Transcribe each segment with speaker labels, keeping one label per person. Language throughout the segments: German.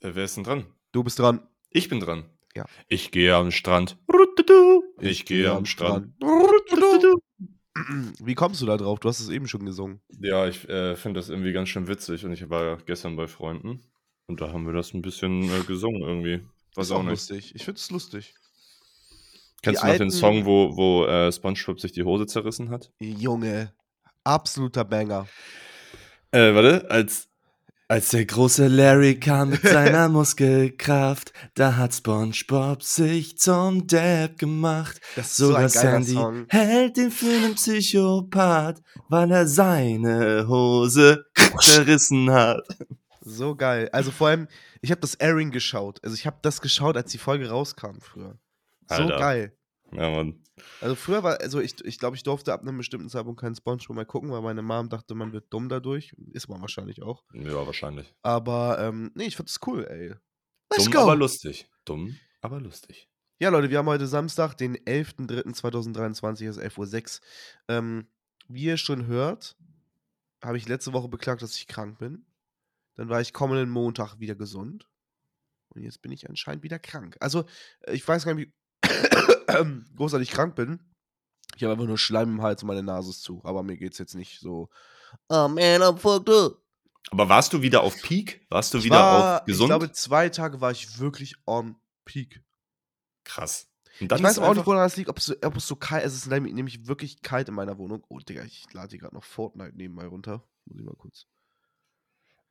Speaker 1: Äh, wer ist denn dran?
Speaker 2: Du bist dran.
Speaker 1: Ich bin dran.
Speaker 2: Ja.
Speaker 1: Ich gehe am Strand. Ich, gehe am Strand.
Speaker 2: Wie kommst du da drauf? Du hast es eben schon gesungen.
Speaker 1: Ja, ich äh, finde das irgendwie ganz schön witzig und ich war gestern bei Freunden und da haben wir das ein bisschen äh, gesungen irgendwie. Was
Speaker 2: ist
Speaker 1: auch nicht.
Speaker 2: lustig. Ich finde es lustig.
Speaker 1: Kennst
Speaker 2: Die
Speaker 1: du noch den
Speaker 2: alten-
Speaker 1: Song, wo, wo äh, SpongeBob sich die Hose zerrissen hat?
Speaker 2: Junge, absoluter Banger.
Speaker 1: Äh, warte, als.
Speaker 3: Als der große Larry kam mit seiner Muskelkraft, da hat SpongeBob sich zum Depp gemacht.
Speaker 2: Das ist
Speaker 3: Sogar
Speaker 2: so ein geiler
Speaker 3: Sandy
Speaker 2: Song.
Speaker 3: hält ihn für einen Psychopath, weil er seine Hose zerrissen hat.
Speaker 2: So geil. Also vor allem, ich habe das Airing geschaut. Also ich habe das geschaut, als die Folge rauskam früher. So
Speaker 1: Alter.
Speaker 2: geil.
Speaker 1: Ja, Mann.
Speaker 2: Also früher war, also ich, ich glaube, ich durfte ab einem bestimmten Zeitpunkt keinen Spongebob mehr gucken, weil meine Mom dachte, man wird dumm dadurch. Ist man wahrscheinlich auch.
Speaker 1: Ja, wahrscheinlich.
Speaker 2: Aber ähm, nee, ich finde es cool, ey. Let's
Speaker 1: Dumm,
Speaker 2: go.
Speaker 1: aber lustig. Dumm, aber lustig.
Speaker 2: Ja, Leute, wir haben heute Samstag, den 11.03.2023, es ist 11.06 Uhr. Ähm, wie ihr schon hört, habe ich letzte Woche beklagt, dass ich krank bin. Dann war ich kommenden Montag wieder gesund. Und jetzt bin ich anscheinend wieder krank. Also, äh, ich weiß gar nicht, wie großartig krank bin. Ich habe einfach nur Schleim im Hals und meine Nase ist zu. Aber mir geht es jetzt nicht so. Oh man, I'm fucked up.
Speaker 1: Aber warst du wieder auf Peak? Warst du
Speaker 2: Ich
Speaker 1: wieder
Speaker 2: war,
Speaker 1: auf gesund?
Speaker 2: Ich glaube, zwei Tage war ich wirklich on peak.
Speaker 1: Krass. Und dann
Speaker 2: ich weiß
Speaker 1: ist
Speaker 2: auch nicht,
Speaker 1: einfach-
Speaker 2: woran das liegt, ob es, so- ob es so kalt ist. Es ist nämlich- nämlich wirklich kalt in meiner Wohnung. Oh, Digga, ich lade hier gerade noch Fortnite nebenbei runter. Muss ich mal kurz.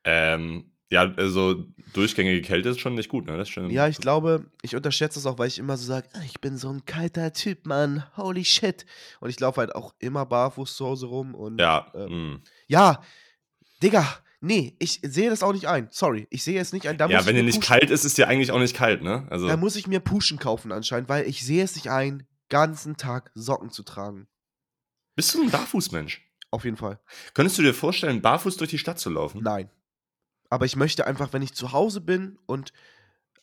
Speaker 1: Ähm, ja, also durchgängige Kälte ist schon nicht gut, ne? Das ist schon,
Speaker 2: Ja, ich glaube, ich unterschätze das auch, weil ich immer so sage, "Ah, ich bin so ein kalter Typ, Mann. Holy shit. Und ich laufe halt auch immer barfuß zu Hause rum. Und
Speaker 1: Ja,
Speaker 2: Ähm,
Speaker 1: mm.
Speaker 2: ja, Digga, nee, ich sehe das auch nicht ein. Sorry, ich sehe es nicht ein. Da muss
Speaker 1: ja
Speaker 2: ich
Speaker 1: wenn dir
Speaker 2: mir
Speaker 1: nicht
Speaker 2: pushen,
Speaker 1: kalt ist, ist dir eigentlich auch nicht kalt, ne? Also,
Speaker 2: Da muss ich mir Puschen kaufen anscheinend, weil ich sehe es nicht ein, ganzen Tag Socken zu tragen.
Speaker 1: bist du ein Barfußmensch?
Speaker 2: Auf jeden Fall.
Speaker 1: Könntest du dir vorstellen, barfuß durch die Stadt zu laufen?
Speaker 2: Nein. Aber ich möchte einfach, wenn ich zu Hause bin und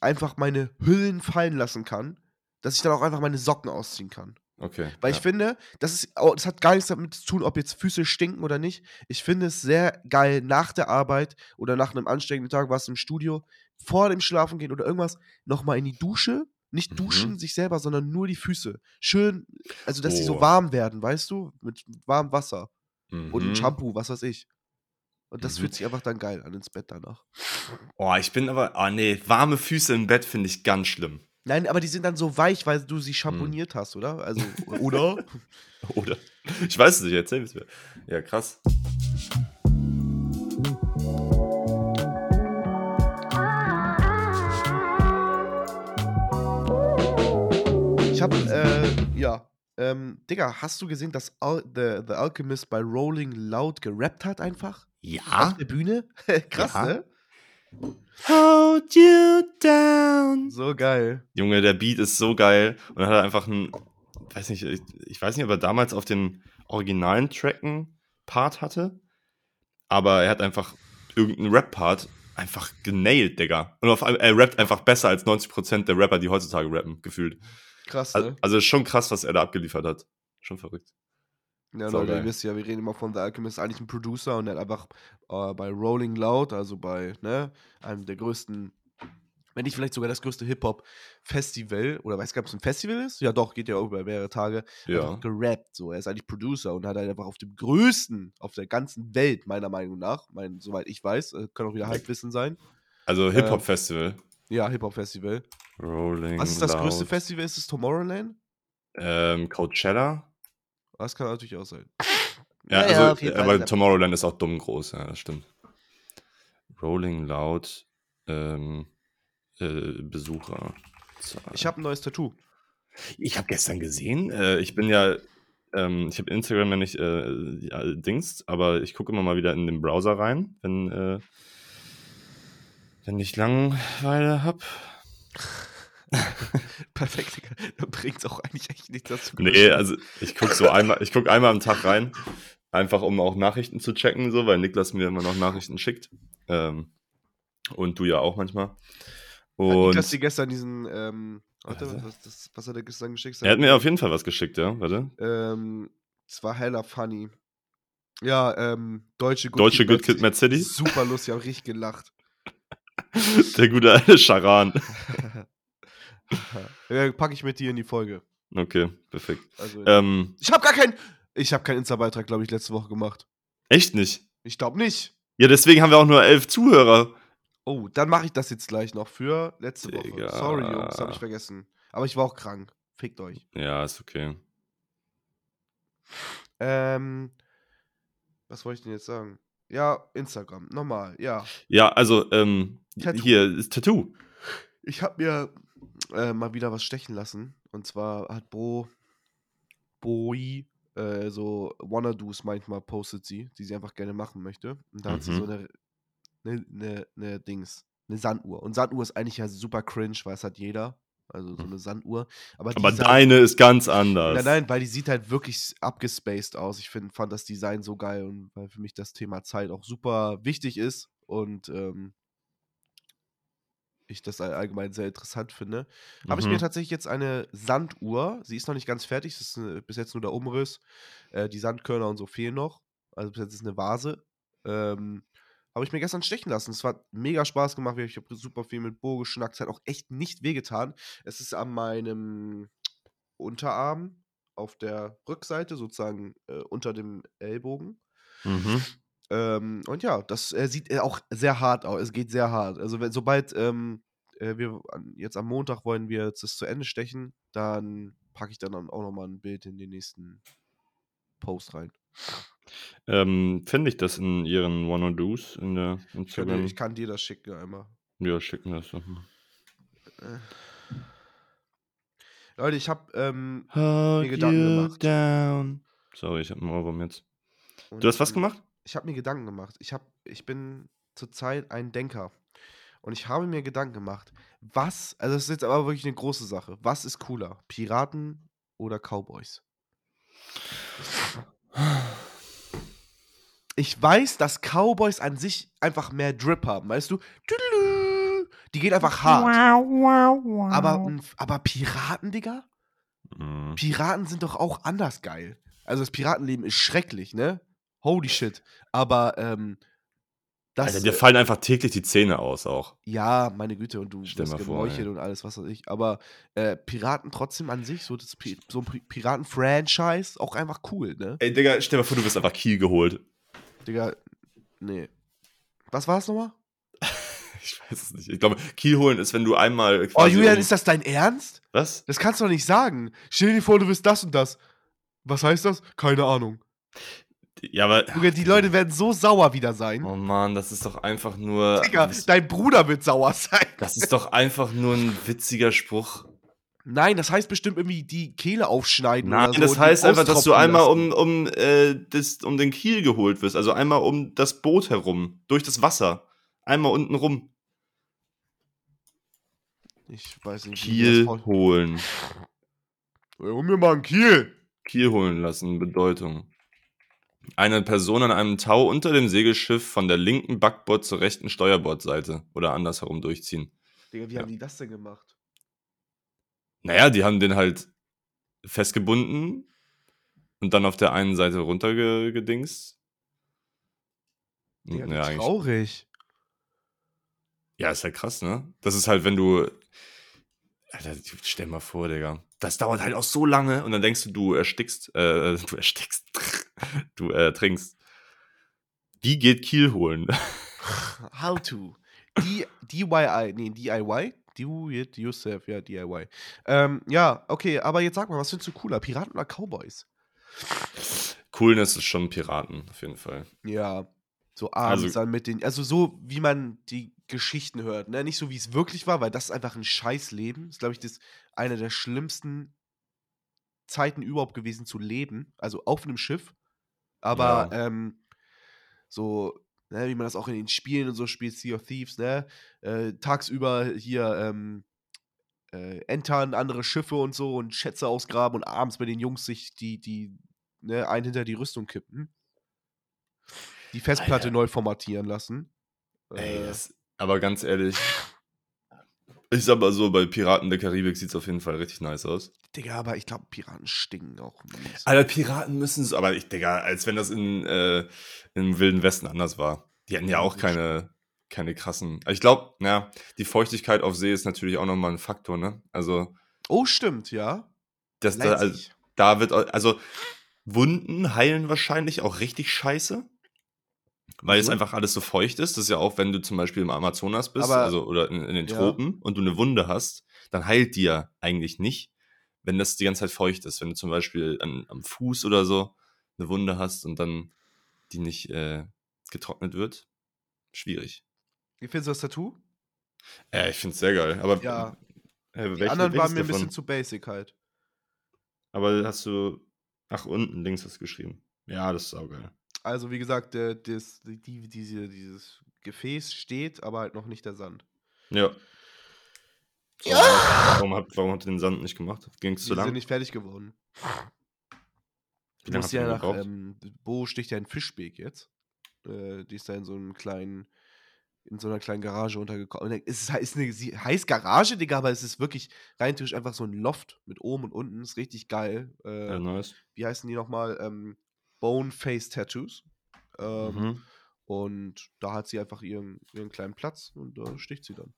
Speaker 2: einfach meine Hüllen fallen lassen kann, dass ich dann auch einfach meine Socken ausziehen kann.
Speaker 1: Okay.
Speaker 2: Weil
Speaker 1: ja.
Speaker 2: ich finde, das, ist, oh, das hat gar nichts damit zu tun, ob jetzt Füße stinken oder nicht. Ich finde es sehr geil, nach der Arbeit oder nach einem anstrengenden Tag, was im Studio, vor dem Schlafengehen oder irgendwas, nochmal in die Dusche. Nicht
Speaker 1: Mhm.
Speaker 2: duschen sich selber, sondern nur die Füße. Schön, also dass die so
Speaker 1: Oh.
Speaker 2: warm werden, weißt du? Mit warmem Wasser
Speaker 1: Mhm.
Speaker 2: und ein Shampoo, was weiß ich. Und das
Speaker 1: Mhm.
Speaker 2: fühlt sich einfach dann geil an ins Bett danach.
Speaker 1: Oh, ich bin aber. Ah, nee, warme Füße im Bett finde ich ganz schlimm.
Speaker 2: Nein, aber die sind dann so weich, weil du sie schamponiert hast, oder? Also, oder?
Speaker 1: Mhm. Oder? Ich weiß es nicht, erzähl es mir. Ja, krass.
Speaker 2: Ich habe, äh, ja. Ähm, Digga, hast du gesehen, dass Al The, The Alchemist bei Rolling Loud gerappt hat einfach?
Speaker 1: Ja?
Speaker 2: Auf der Bühne? Krass,
Speaker 1: Ah. Ja.
Speaker 2: ne?
Speaker 3: Hold you down.
Speaker 2: So geil.
Speaker 1: Junge, der Beat ist so geil. Und dann hat er einfach einen, weiß nicht, ich, ich weiß nicht, ob er damals auf den originalen Tracken Part hatte, aber er hat einfach irgendeinen Rap-Part einfach genailt, Digga. Und auf einmal, er rappt einfach besser als 90% der Rapper, die heutzutage rappen, gefühlt.
Speaker 2: Krass,
Speaker 1: Also,
Speaker 2: ne?
Speaker 1: also ist schon krass, was er da abgeliefert hat. Schon verrückt.
Speaker 2: Ja,
Speaker 1: so
Speaker 2: Leute, ihr
Speaker 1: geil.
Speaker 2: wisst ja, wir reden immer von The Alchemist, eigentlich ein Producer und der hat einfach äh, bei Rolling Loud, also bei, ne, einem der größten, wenn nicht vielleicht sogar das größte Hip-Hop-Festival, oder weiß gar nicht, ob es ein Festival ist? Ja, doch, geht ja auch über mehrere Tage,
Speaker 1: Ja.
Speaker 2: einfach gerappt, so. Er ist eigentlich Producer und hat halt einfach auf dem größten, auf der ganzen Welt, meiner Meinung nach, mein, soweit ich weiß, äh, kann auch wieder Halbwissen sein. Äh.
Speaker 1: Also Hip-Hop-Festival.
Speaker 2: Ja, Hip-Hop-Festival.
Speaker 1: Rolling.
Speaker 2: Was ist das größte
Speaker 1: Loud.
Speaker 2: Festival? Ist es Tomorrowland?
Speaker 1: Ähm, Coachella.
Speaker 2: Das kann natürlich auch sein.
Speaker 1: Ja,
Speaker 2: Naja, auf
Speaker 1: also,
Speaker 2: jeden Fall
Speaker 1: aber
Speaker 2: ist er-
Speaker 1: Tomorrowland ist auch dumm groß, ja, das stimmt. Rolling Loud ähm, äh, Besucher.
Speaker 2: Ich habe ein neues Tattoo.
Speaker 1: ich hab gestern gesehen, äh, ich bin ja, ähm, ich habe Instagram ja nicht äh, ja, Dings, aber ich gucke immer mal wieder in den Browser rein, wenn, äh, wenn ich Langeweile hab.
Speaker 2: Perfekt, Digga. Da bringt auch eigentlich echt nichts dazu.
Speaker 1: Nee, also ich gucke so einmal, ich guck einmal am Tag rein, einfach um auch Nachrichten zu checken, so, weil Niklas mir immer noch Nachrichten schickt. Ähm, und du ja auch manchmal.
Speaker 2: Und
Speaker 1: Und
Speaker 2: Niklas dir gestern diesen, ähm, warte,
Speaker 1: Warte.
Speaker 2: was, das, was hat er gestern geschickt?
Speaker 1: er hat mir auf jeden Fall was geschickt, ja, warte.
Speaker 2: ähm, es war heller funny. Ja, ähm, deutsche
Speaker 1: Deutsche Good Kid Mad City.
Speaker 2: Super lustig, hab richtig gelacht.
Speaker 1: Der gute alte Charan.
Speaker 2: ja, packe ich mit dir in die Folge.
Speaker 1: Okay, perfekt.
Speaker 2: Also,
Speaker 1: Ähm,
Speaker 2: ich habe gar keinen. Ich habe keinen Insta-Beitrag, glaube ich, letzte Woche gemacht.
Speaker 1: echt nicht.
Speaker 2: Ich glaube nicht.
Speaker 1: Ja, deswegen haben wir auch nur elf Zuhörer.
Speaker 2: Oh, dann mache ich das jetzt gleich noch für letzte Woche.
Speaker 1: Digga.
Speaker 2: Sorry, Jungs, habe ich vergessen. Aber ich war auch krank. Fickt euch.
Speaker 1: Ja, ist okay.
Speaker 2: Ähm, was wollte ich denn jetzt sagen? Ja, Instagram, nochmal, ja.
Speaker 1: Ja, also, ähm,
Speaker 2: Tattoo.
Speaker 1: hier ist Tattoo.
Speaker 2: Ich habe mir äh, mal wieder was stechen lassen. Und zwar hat Bo, Boi, äh, so Wannadoos manchmal postet sie, die sie einfach gerne machen möchte. Und da hat sie
Speaker 1: Mhm.
Speaker 2: so eine, eine, eine, eine Dings, eine Sanduhr. Und Sanduhr ist eigentlich ja super cringe, weil es hat jeder. Also so eine Sanduhr. Aber, die
Speaker 1: Hm. Aber
Speaker 2: sah-
Speaker 1: deine ist ganz anders.
Speaker 2: Nein, nein, weil die sieht halt wirklich abgespaced aus. Ich find, fand das Design so geil und weil für mich das Thema Zeit auch super wichtig ist und ähm, ich das all- allgemein sehr interessant finde. Habe ich
Speaker 1: Mhm.
Speaker 2: mir tatsächlich jetzt eine Sanduhr, sie ist noch nicht ganz fertig, es ist äh, bis jetzt nur der Umriss, äh, die Sandkörner und so fehlen noch. Also bis jetzt ist eine Vase. Ähm, habe ich mir gestern stechen lassen. Es hat mega Spaß gemacht. Ich habe super viel mit Bo geschnackt. Es hat auch echt nicht wehgetan. Es ist an meinem Unterarm auf der Rückseite, sozusagen äh, unter dem Ellbogen.
Speaker 1: Mhm.
Speaker 2: Ähm, und ja, das äh, sieht äh, auch sehr hart aus. Es geht sehr hart. Also, wenn, sobald ähm, äh, wir an, jetzt am Montag wollen wir jetzt das zu Ende stechen, dann packe ich dann auch nochmal ein Bild in den nächsten Post rein.
Speaker 1: Ähm, Finde ich das in ihren One and Do's in der
Speaker 2: Ich, könnte,
Speaker 1: Instagram?
Speaker 2: ich kann dir das schicken einmal.
Speaker 1: ja, schicken das doch mal.
Speaker 2: Leute, ich habe. Ähm,
Speaker 1: Hug
Speaker 2: Gedanken gemacht.
Speaker 1: down. Sorry, ich hab einen Ohrwurm jetzt.
Speaker 2: und,
Speaker 1: Du hast was
Speaker 2: ähm,
Speaker 1: gemacht?
Speaker 2: Ich habe mir Gedanken gemacht. Ich, hab, ich bin zurzeit ein Denker. Und ich habe mir Gedanken gemacht, was, also das ist jetzt aber wirklich eine große Sache. Was ist cooler? Piraten oder Cowboys? Ich weiß, dass Cowboys an sich einfach mehr Drip haben, weißt du? Tüdelü. Die gehen einfach hart. Aber, ein- aber Piraten, Digga?
Speaker 1: Mhm.
Speaker 2: Piraten sind doch auch anders geil. Also das Piratenleben ist schrecklich, ne? Holy shit. Aber ähm, das äh,
Speaker 1: Alter, dir fallen einfach täglich die Zähne aus auch.
Speaker 2: ja, meine Güte, und du
Speaker 1: Stell
Speaker 2: wirst
Speaker 1: mal vor,
Speaker 2: gemeuchelt
Speaker 1: ey.
Speaker 2: und alles, was weiß ich. Aber äh, Piraten trotzdem an sich, so, das Pi so ein Pi- Piraten-Franchise, auch einfach cool, ne?
Speaker 1: Ey, Digga, stell dir mal vor, du wirst einfach Kiel geholt.
Speaker 2: Digga, nee. Was war es nochmal?
Speaker 1: Ich weiß es nicht. Ich glaube, Kiel holen ist, wenn du einmal.
Speaker 2: Oh,
Speaker 1: quasi
Speaker 2: Julian,
Speaker 1: um-
Speaker 2: ist das dein Ernst?
Speaker 1: Was?
Speaker 2: Das kannst du doch nicht sagen. Stell dir vor, du bist das und das. Was heißt das? Keine Ahnung.
Speaker 1: Ja, aber.
Speaker 2: Junge, die Leute werden so sauer wieder sein.
Speaker 1: Oh Mann, das ist doch einfach nur.
Speaker 2: Digga,
Speaker 1: das,
Speaker 2: dein Bruder wird sauer sein.
Speaker 1: das ist doch einfach nur ein witziger Spruch.
Speaker 2: Nein, das heißt bestimmt irgendwie die Kehle aufschneiden.
Speaker 1: Nein,
Speaker 2: oder so
Speaker 1: das
Speaker 2: und die
Speaker 1: heißt einfach, dass du
Speaker 2: austropfen
Speaker 1: einmal
Speaker 2: lassen.
Speaker 1: um, um, äh, das, um den Kiel geholt wirst. Also einmal um das Boot herum, durch das Wasser. Einmal unten rum.
Speaker 2: Ich weiß nicht, wie
Speaker 1: um Kiel
Speaker 2: das Paul-
Speaker 1: holen.
Speaker 2: Ey, Hol mir mal einen Kiel.
Speaker 1: Kiel holen lassen, Bedeutung. Eine Person an einem Tau unter dem Segelschiff von der linken Backbord zur rechten Steuerbordseite oder andersherum durchziehen.
Speaker 2: Digga, wie
Speaker 1: Ja.
Speaker 2: haben die das denn gemacht?
Speaker 1: Naja, die haben den halt festgebunden und dann auf der einen Seite runtergedingst.
Speaker 2: Digga,
Speaker 1: Hm, Ja,
Speaker 2: wie
Speaker 1: eigentlich-
Speaker 2: traurig.
Speaker 1: Ja, ist halt krass, ne? Das ist halt, wenn du. Alter, stell mal vor, Digga. Das dauert halt auch so lange und dann denkst du, du erstickst, äh, du erstickst, du äh, trinkst. Wie geht Kiel holen?
Speaker 2: How to. D DIY, nee, DIY? Do it yourself, ja, DIY. Ähm, ja, okay, aber jetzt sag mal, was findest du cooler, Piraten oder Cowboys?
Speaker 1: Coolness ist schon Piraten, auf jeden Fall.
Speaker 2: Ja, so abends
Speaker 1: Also-
Speaker 2: dann mit den, also so, wie man die Geschichten hört, ne? Nicht so, wie es wirklich war, weil das ist einfach ein Scheißleben. Ist, glaube ich, das eine der schlimmsten Zeiten überhaupt gewesen zu leben, also auf einem Schiff. Aber ähm, so, ne, wie man das auch in den Spielen und so spielt, Sea of Thieves, ne? Äh, tagsüber hier ähm, äh, entern andere Schiffe und so und Schätze ausgraben und abends mit den Jungs sich die, die, ne, einen hinter die Rüstung kippen. Die Festplatte
Speaker 1: Alter.
Speaker 2: neu formatieren lassen.
Speaker 1: Ey,
Speaker 2: Äh,
Speaker 1: das, aber ganz ehrlich, ich sag mal so, bei Piraten der Karibik sieht's auf jeden Fall richtig nice aus.
Speaker 2: Digga, aber ich glaube, Piraten stinken auch. mies.
Speaker 1: Alter, Piraten müssen so, aber ich, Digga, als wenn das in, äh, im Wilden Westen anders war. Die hatten ja auch keine keine krassen. Also ich glaube, na, die Feuchtigkeit auf See ist natürlich auch nochmal ein Faktor, ne? Also,
Speaker 2: Oh, stimmt, ja.
Speaker 1: das, da, also,
Speaker 2: Leipzig.
Speaker 1: da wird, au- also Wunden heilen wahrscheinlich auch richtig scheiße. Weil es
Speaker 2: Mhm.
Speaker 1: einfach alles so feucht ist. Das ist ja auch, wenn du zum Beispiel im Amazonas bist,
Speaker 2: Aber-
Speaker 1: also oder in, in den
Speaker 2: Ja.
Speaker 1: Tropen und du eine Wunde hast, dann heilt die ja eigentlich nicht, wenn das die ganze Zeit feucht ist. Wenn du zum Beispiel an, am Fuß oder so eine Wunde hast und dann die nicht äh, getrocknet wird, schwierig.
Speaker 2: Wie findest du das Tattoo?
Speaker 1: Äh, ich find's sehr geil. Aber
Speaker 2: Ja.
Speaker 1: äh, welche,
Speaker 2: Die anderen
Speaker 1: welches
Speaker 2: waren mir
Speaker 1: davon?
Speaker 2: ein bisschen zu basic halt.
Speaker 1: Aber hast du. Ach, unten links hast du geschrieben. Ja, das ist saugeil.
Speaker 2: Also, wie gesagt, der, des, die, die- diese, dieses Gefäß steht, aber halt noch nicht der Sand.
Speaker 1: Ja. So, Warum, habt, warum habt ihr den Sand nicht gemacht? Ging es zu
Speaker 2: die
Speaker 1: lang?
Speaker 2: sind nicht fertig geworden.
Speaker 1: Wie
Speaker 2: Du
Speaker 1: lange
Speaker 2: musst
Speaker 1: habt ihr
Speaker 2: ja
Speaker 1: denn
Speaker 2: nach,
Speaker 1: gebraucht?
Speaker 2: ähm, Bo sticht ja einen Fischbeek jetzt. Äh, die ist da in so einem kleinen, in so einer kleinen Garage untergekommen. Und Es ist, ist eine sie- heiß Garage, Digga, aber es ist wirklich rein theoretisch einfach so ein Loft mit oben und unten. Ist richtig geil. Äh,
Speaker 1: ja, ne. nice.
Speaker 2: Wie heißen die nochmal? Ähm, Bone Face Tattoos. Ähm,
Speaker 1: Mhm.
Speaker 2: Und da hat sie einfach ihren, ihren kleinen Platz und da sticht sie dann.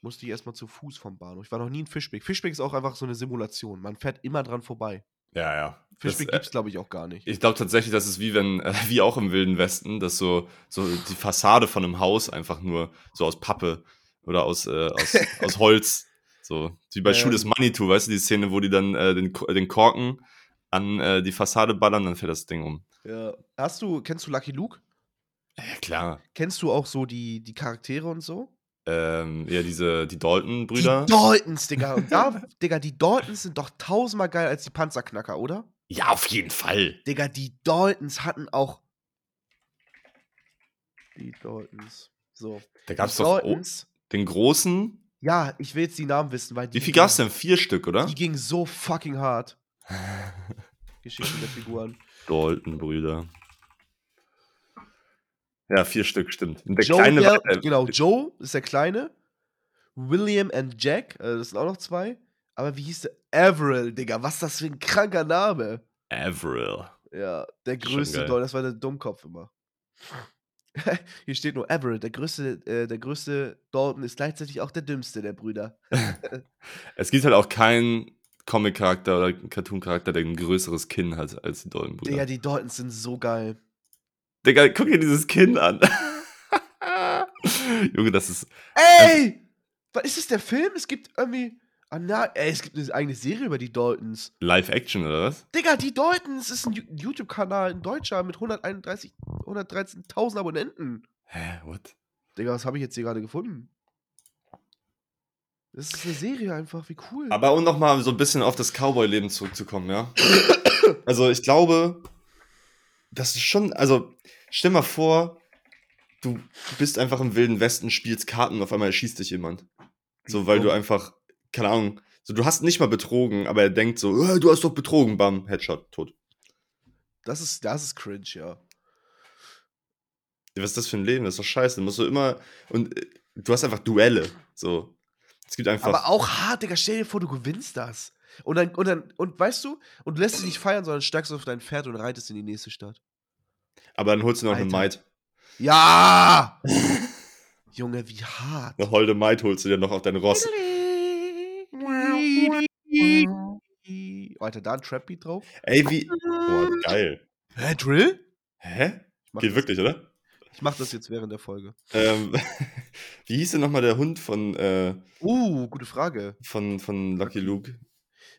Speaker 2: Musste ich erstmal zu Fuß vom Bahnhof. Ich war noch nie in Fischbeck. Fischbeck ist auch einfach so eine Simulation. Man fährt immer dran vorbei.
Speaker 1: Ja, ja. Das,
Speaker 2: Fischbeck
Speaker 1: äh,
Speaker 2: gibt es, glaube ich, auch gar nicht.
Speaker 1: ich glaube tatsächlich, das ist wie wenn, äh, wie auch im Wilden Westen, dass so, so die Fassade von einem Haus einfach nur so aus Pappe oder aus, äh, aus, aus Holz. So, wie bei
Speaker 2: Ja, ja.
Speaker 1: Schuh des Manitou, weißt du, die Szene, wo die dann äh, den, Ko- den Korken an äh, die Fassade ballern, dann fällt das Ding um.
Speaker 2: Ja. Hast du, kennst du Lucky Luke?
Speaker 1: Ja, klar.
Speaker 2: Kennst du auch so die, die Charaktere und so?
Speaker 1: Ähm, ja, diese, die Dalton-Brüder.
Speaker 2: Die Daltons, Digga. Und da, Digga, die Daltons sind doch tausendmal geil als die Panzerknacker, oder?
Speaker 1: ja, auf jeden Fall.
Speaker 2: Digga, die Daltons hatten auch. Die Daltons. So.
Speaker 1: Da gab es
Speaker 2: die
Speaker 1: doch oh,
Speaker 2: Daltons.
Speaker 1: den großen.
Speaker 2: Ja, ich will jetzt die Namen wissen, weil die.
Speaker 1: Wie viel gab es denn? Vier Stück, oder?
Speaker 2: Die ging so fucking hart. Geschichten der Figuren.
Speaker 1: Dalton-Brüder. Ja, vier Stück, stimmt. Und Der
Speaker 2: Joe,
Speaker 1: kleine
Speaker 2: ja,
Speaker 1: war, äh,
Speaker 2: genau, Joe ist der Kleine. William and Jack, äh, das sind auch noch zwei. Aber wie hieß der? Averill, Digga, was ist das für ein kranker Name?
Speaker 1: Avril.
Speaker 2: Ja, der
Speaker 1: Schon
Speaker 2: größte
Speaker 1: geil.
Speaker 2: Doll, das war der Dummkopf immer. Hier steht nur Averill, der größte, äh, der größte Dalton ist gleichzeitig auch der dümmste der Brüder.
Speaker 1: Es gibt halt auch keinen Comic-Charakter oder Cartoon-Charakter, der ein größeres Kinn hat als die
Speaker 2: Digga,
Speaker 1: Dalton-Brüder.
Speaker 2: die Daltons sind so geil.
Speaker 1: Digga, guck dir dieses Kinn an. Junge, das ist. Also
Speaker 2: Ey! Was ist das der Film? Es gibt irgendwie. Ah, na, ey, es gibt eine eigene Serie über die Daltons.
Speaker 1: Live-Action, oder was?
Speaker 2: Digga, die Daltons ist ein Ju- YouTube-Kanal in Deutschland mit 131 113.000 Abonnenten.
Speaker 1: Hä, what?
Speaker 2: Digga, was habe ich jetzt hier gerade gefunden? Das ist eine Serie einfach, wie cool.
Speaker 1: Aber um nochmal so ein bisschen auf das Cowboy-Leben zurückzukommen, ja. Also ich glaube, das ist schon, also stell mal vor, du bist einfach im Wilden Westen, spielst Karten und auf einmal erschießt dich jemand. So, weil
Speaker 2: Mhm.
Speaker 1: du einfach, keine Ahnung, so du hast nicht mal betrogen, aber er denkt so, "Äh, du hast doch betrogen, bam, Headshot, tot.
Speaker 2: das, ist, das ist cringe, ja.
Speaker 1: Ja, Was ist das für ein Leben? Das ist doch scheiße. Du musst so immer, und äh, du hast einfach Duelle, so. Es gibt einfach,
Speaker 2: Aber auch hart, Digga, stell dir vor, du gewinnst das. Und dann, und dann, und weißt du, und du lässt dich nicht feiern, sondern steigst auf dein Pferd und reitest in die nächste Stadt.
Speaker 1: aber dann holst du noch eine
Speaker 2: Alter.
Speaker 1: Maid.
Speaker 2: Ja! Junge, wie hart.
Speaker 1: Eine holde Maid holst du dir noch auf dein Ross.
Speaker 2: Alter, da ein Trap-Beat drauf.
Speaker 1: Ey, wie, boah, geil.
Speaker 2: Hä, Drill?
Speaker 1: Hä?
Speaker 2: Ich mach,
Speaker 1: Geht
Speaker 2: das,
Speaker 1: wirklich, oder?
Speaker 2: ich mach das jetzt während der Folge.
Speaker 1: Ähm, wie hieß denn nochmal der Hund von, äh,
Speaker 2: Uh, gute Frage.
Speaker 1: von, von Lucky Luke?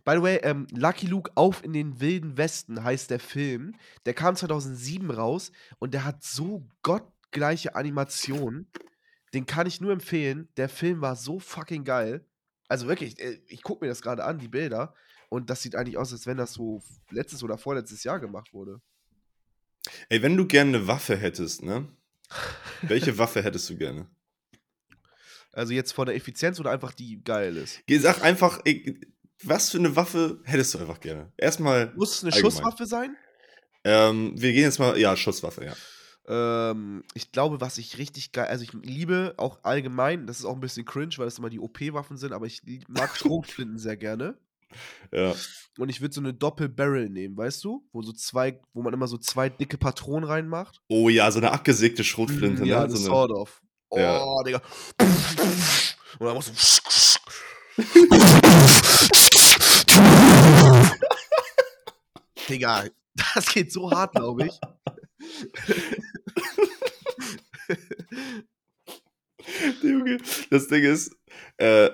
Speaker 2: By the way, ähm, Lucky Luke auf in den wilden Westen heißt der Film. Der kam 2007 raus und der hat so gottgleiche Animationen. Den kann ich nur empfehlen. Der Film war so fucking geil. Also wirklich, äh, ich gucke mir das gerade an, die Bilder. Und das sieht eigentlich aus, als wenn das so letztes oder vorletztes Jahr gemacht wurde.
Speaker 1: Ey, wenn du gerne eine Waffe hättest, ne? Welche Waffe hättest du gerne?
Speaker 2: Also jetzt von der Effizienz oder einfach die geil ist.
Speaker 1: Geh, Sag einfach, ey, was für eine Waffe hättest du einfach gerne? Erstmal,
Speaker 2: Muss es eine
Speaker 1: Allgemein.
Speaker 2: Schusswaffe sein?
Speaker 1: ähm, wir gehen jetzt mal, ja, Schusswaffe, ja.
Speaker 2: Ähm, ich glaube, was ich richtig geil, also ich liebe auch allgemein, das ist auch ein bisschen cringe, weil das immer die OP-Waffen sind, aber ich lieb- mag Schrotflinten sehr gerne.
Speaker 1: ja.
Speaker 2: Und ich würde so eine Doppel-Barrel nehmen, weißt du? Wo so zwei, wo man immer so zwei dicke Patronen reinmacht.
Speaker 1: Oh ja, so eine abgesägte Schrotflinte,
Speaker 2: Mhm, ja,
Speaker 1: ne? So
Speaker 2: das
Speaker 1: eine,
Speaker 2: sort of. Oh,
Speaker 1: Ja.
Speaker 2: Digga. Und dann machst du. Digga, das geht so hart, glaube ich.
Speaker 1: Junge, das Ding ist, äh,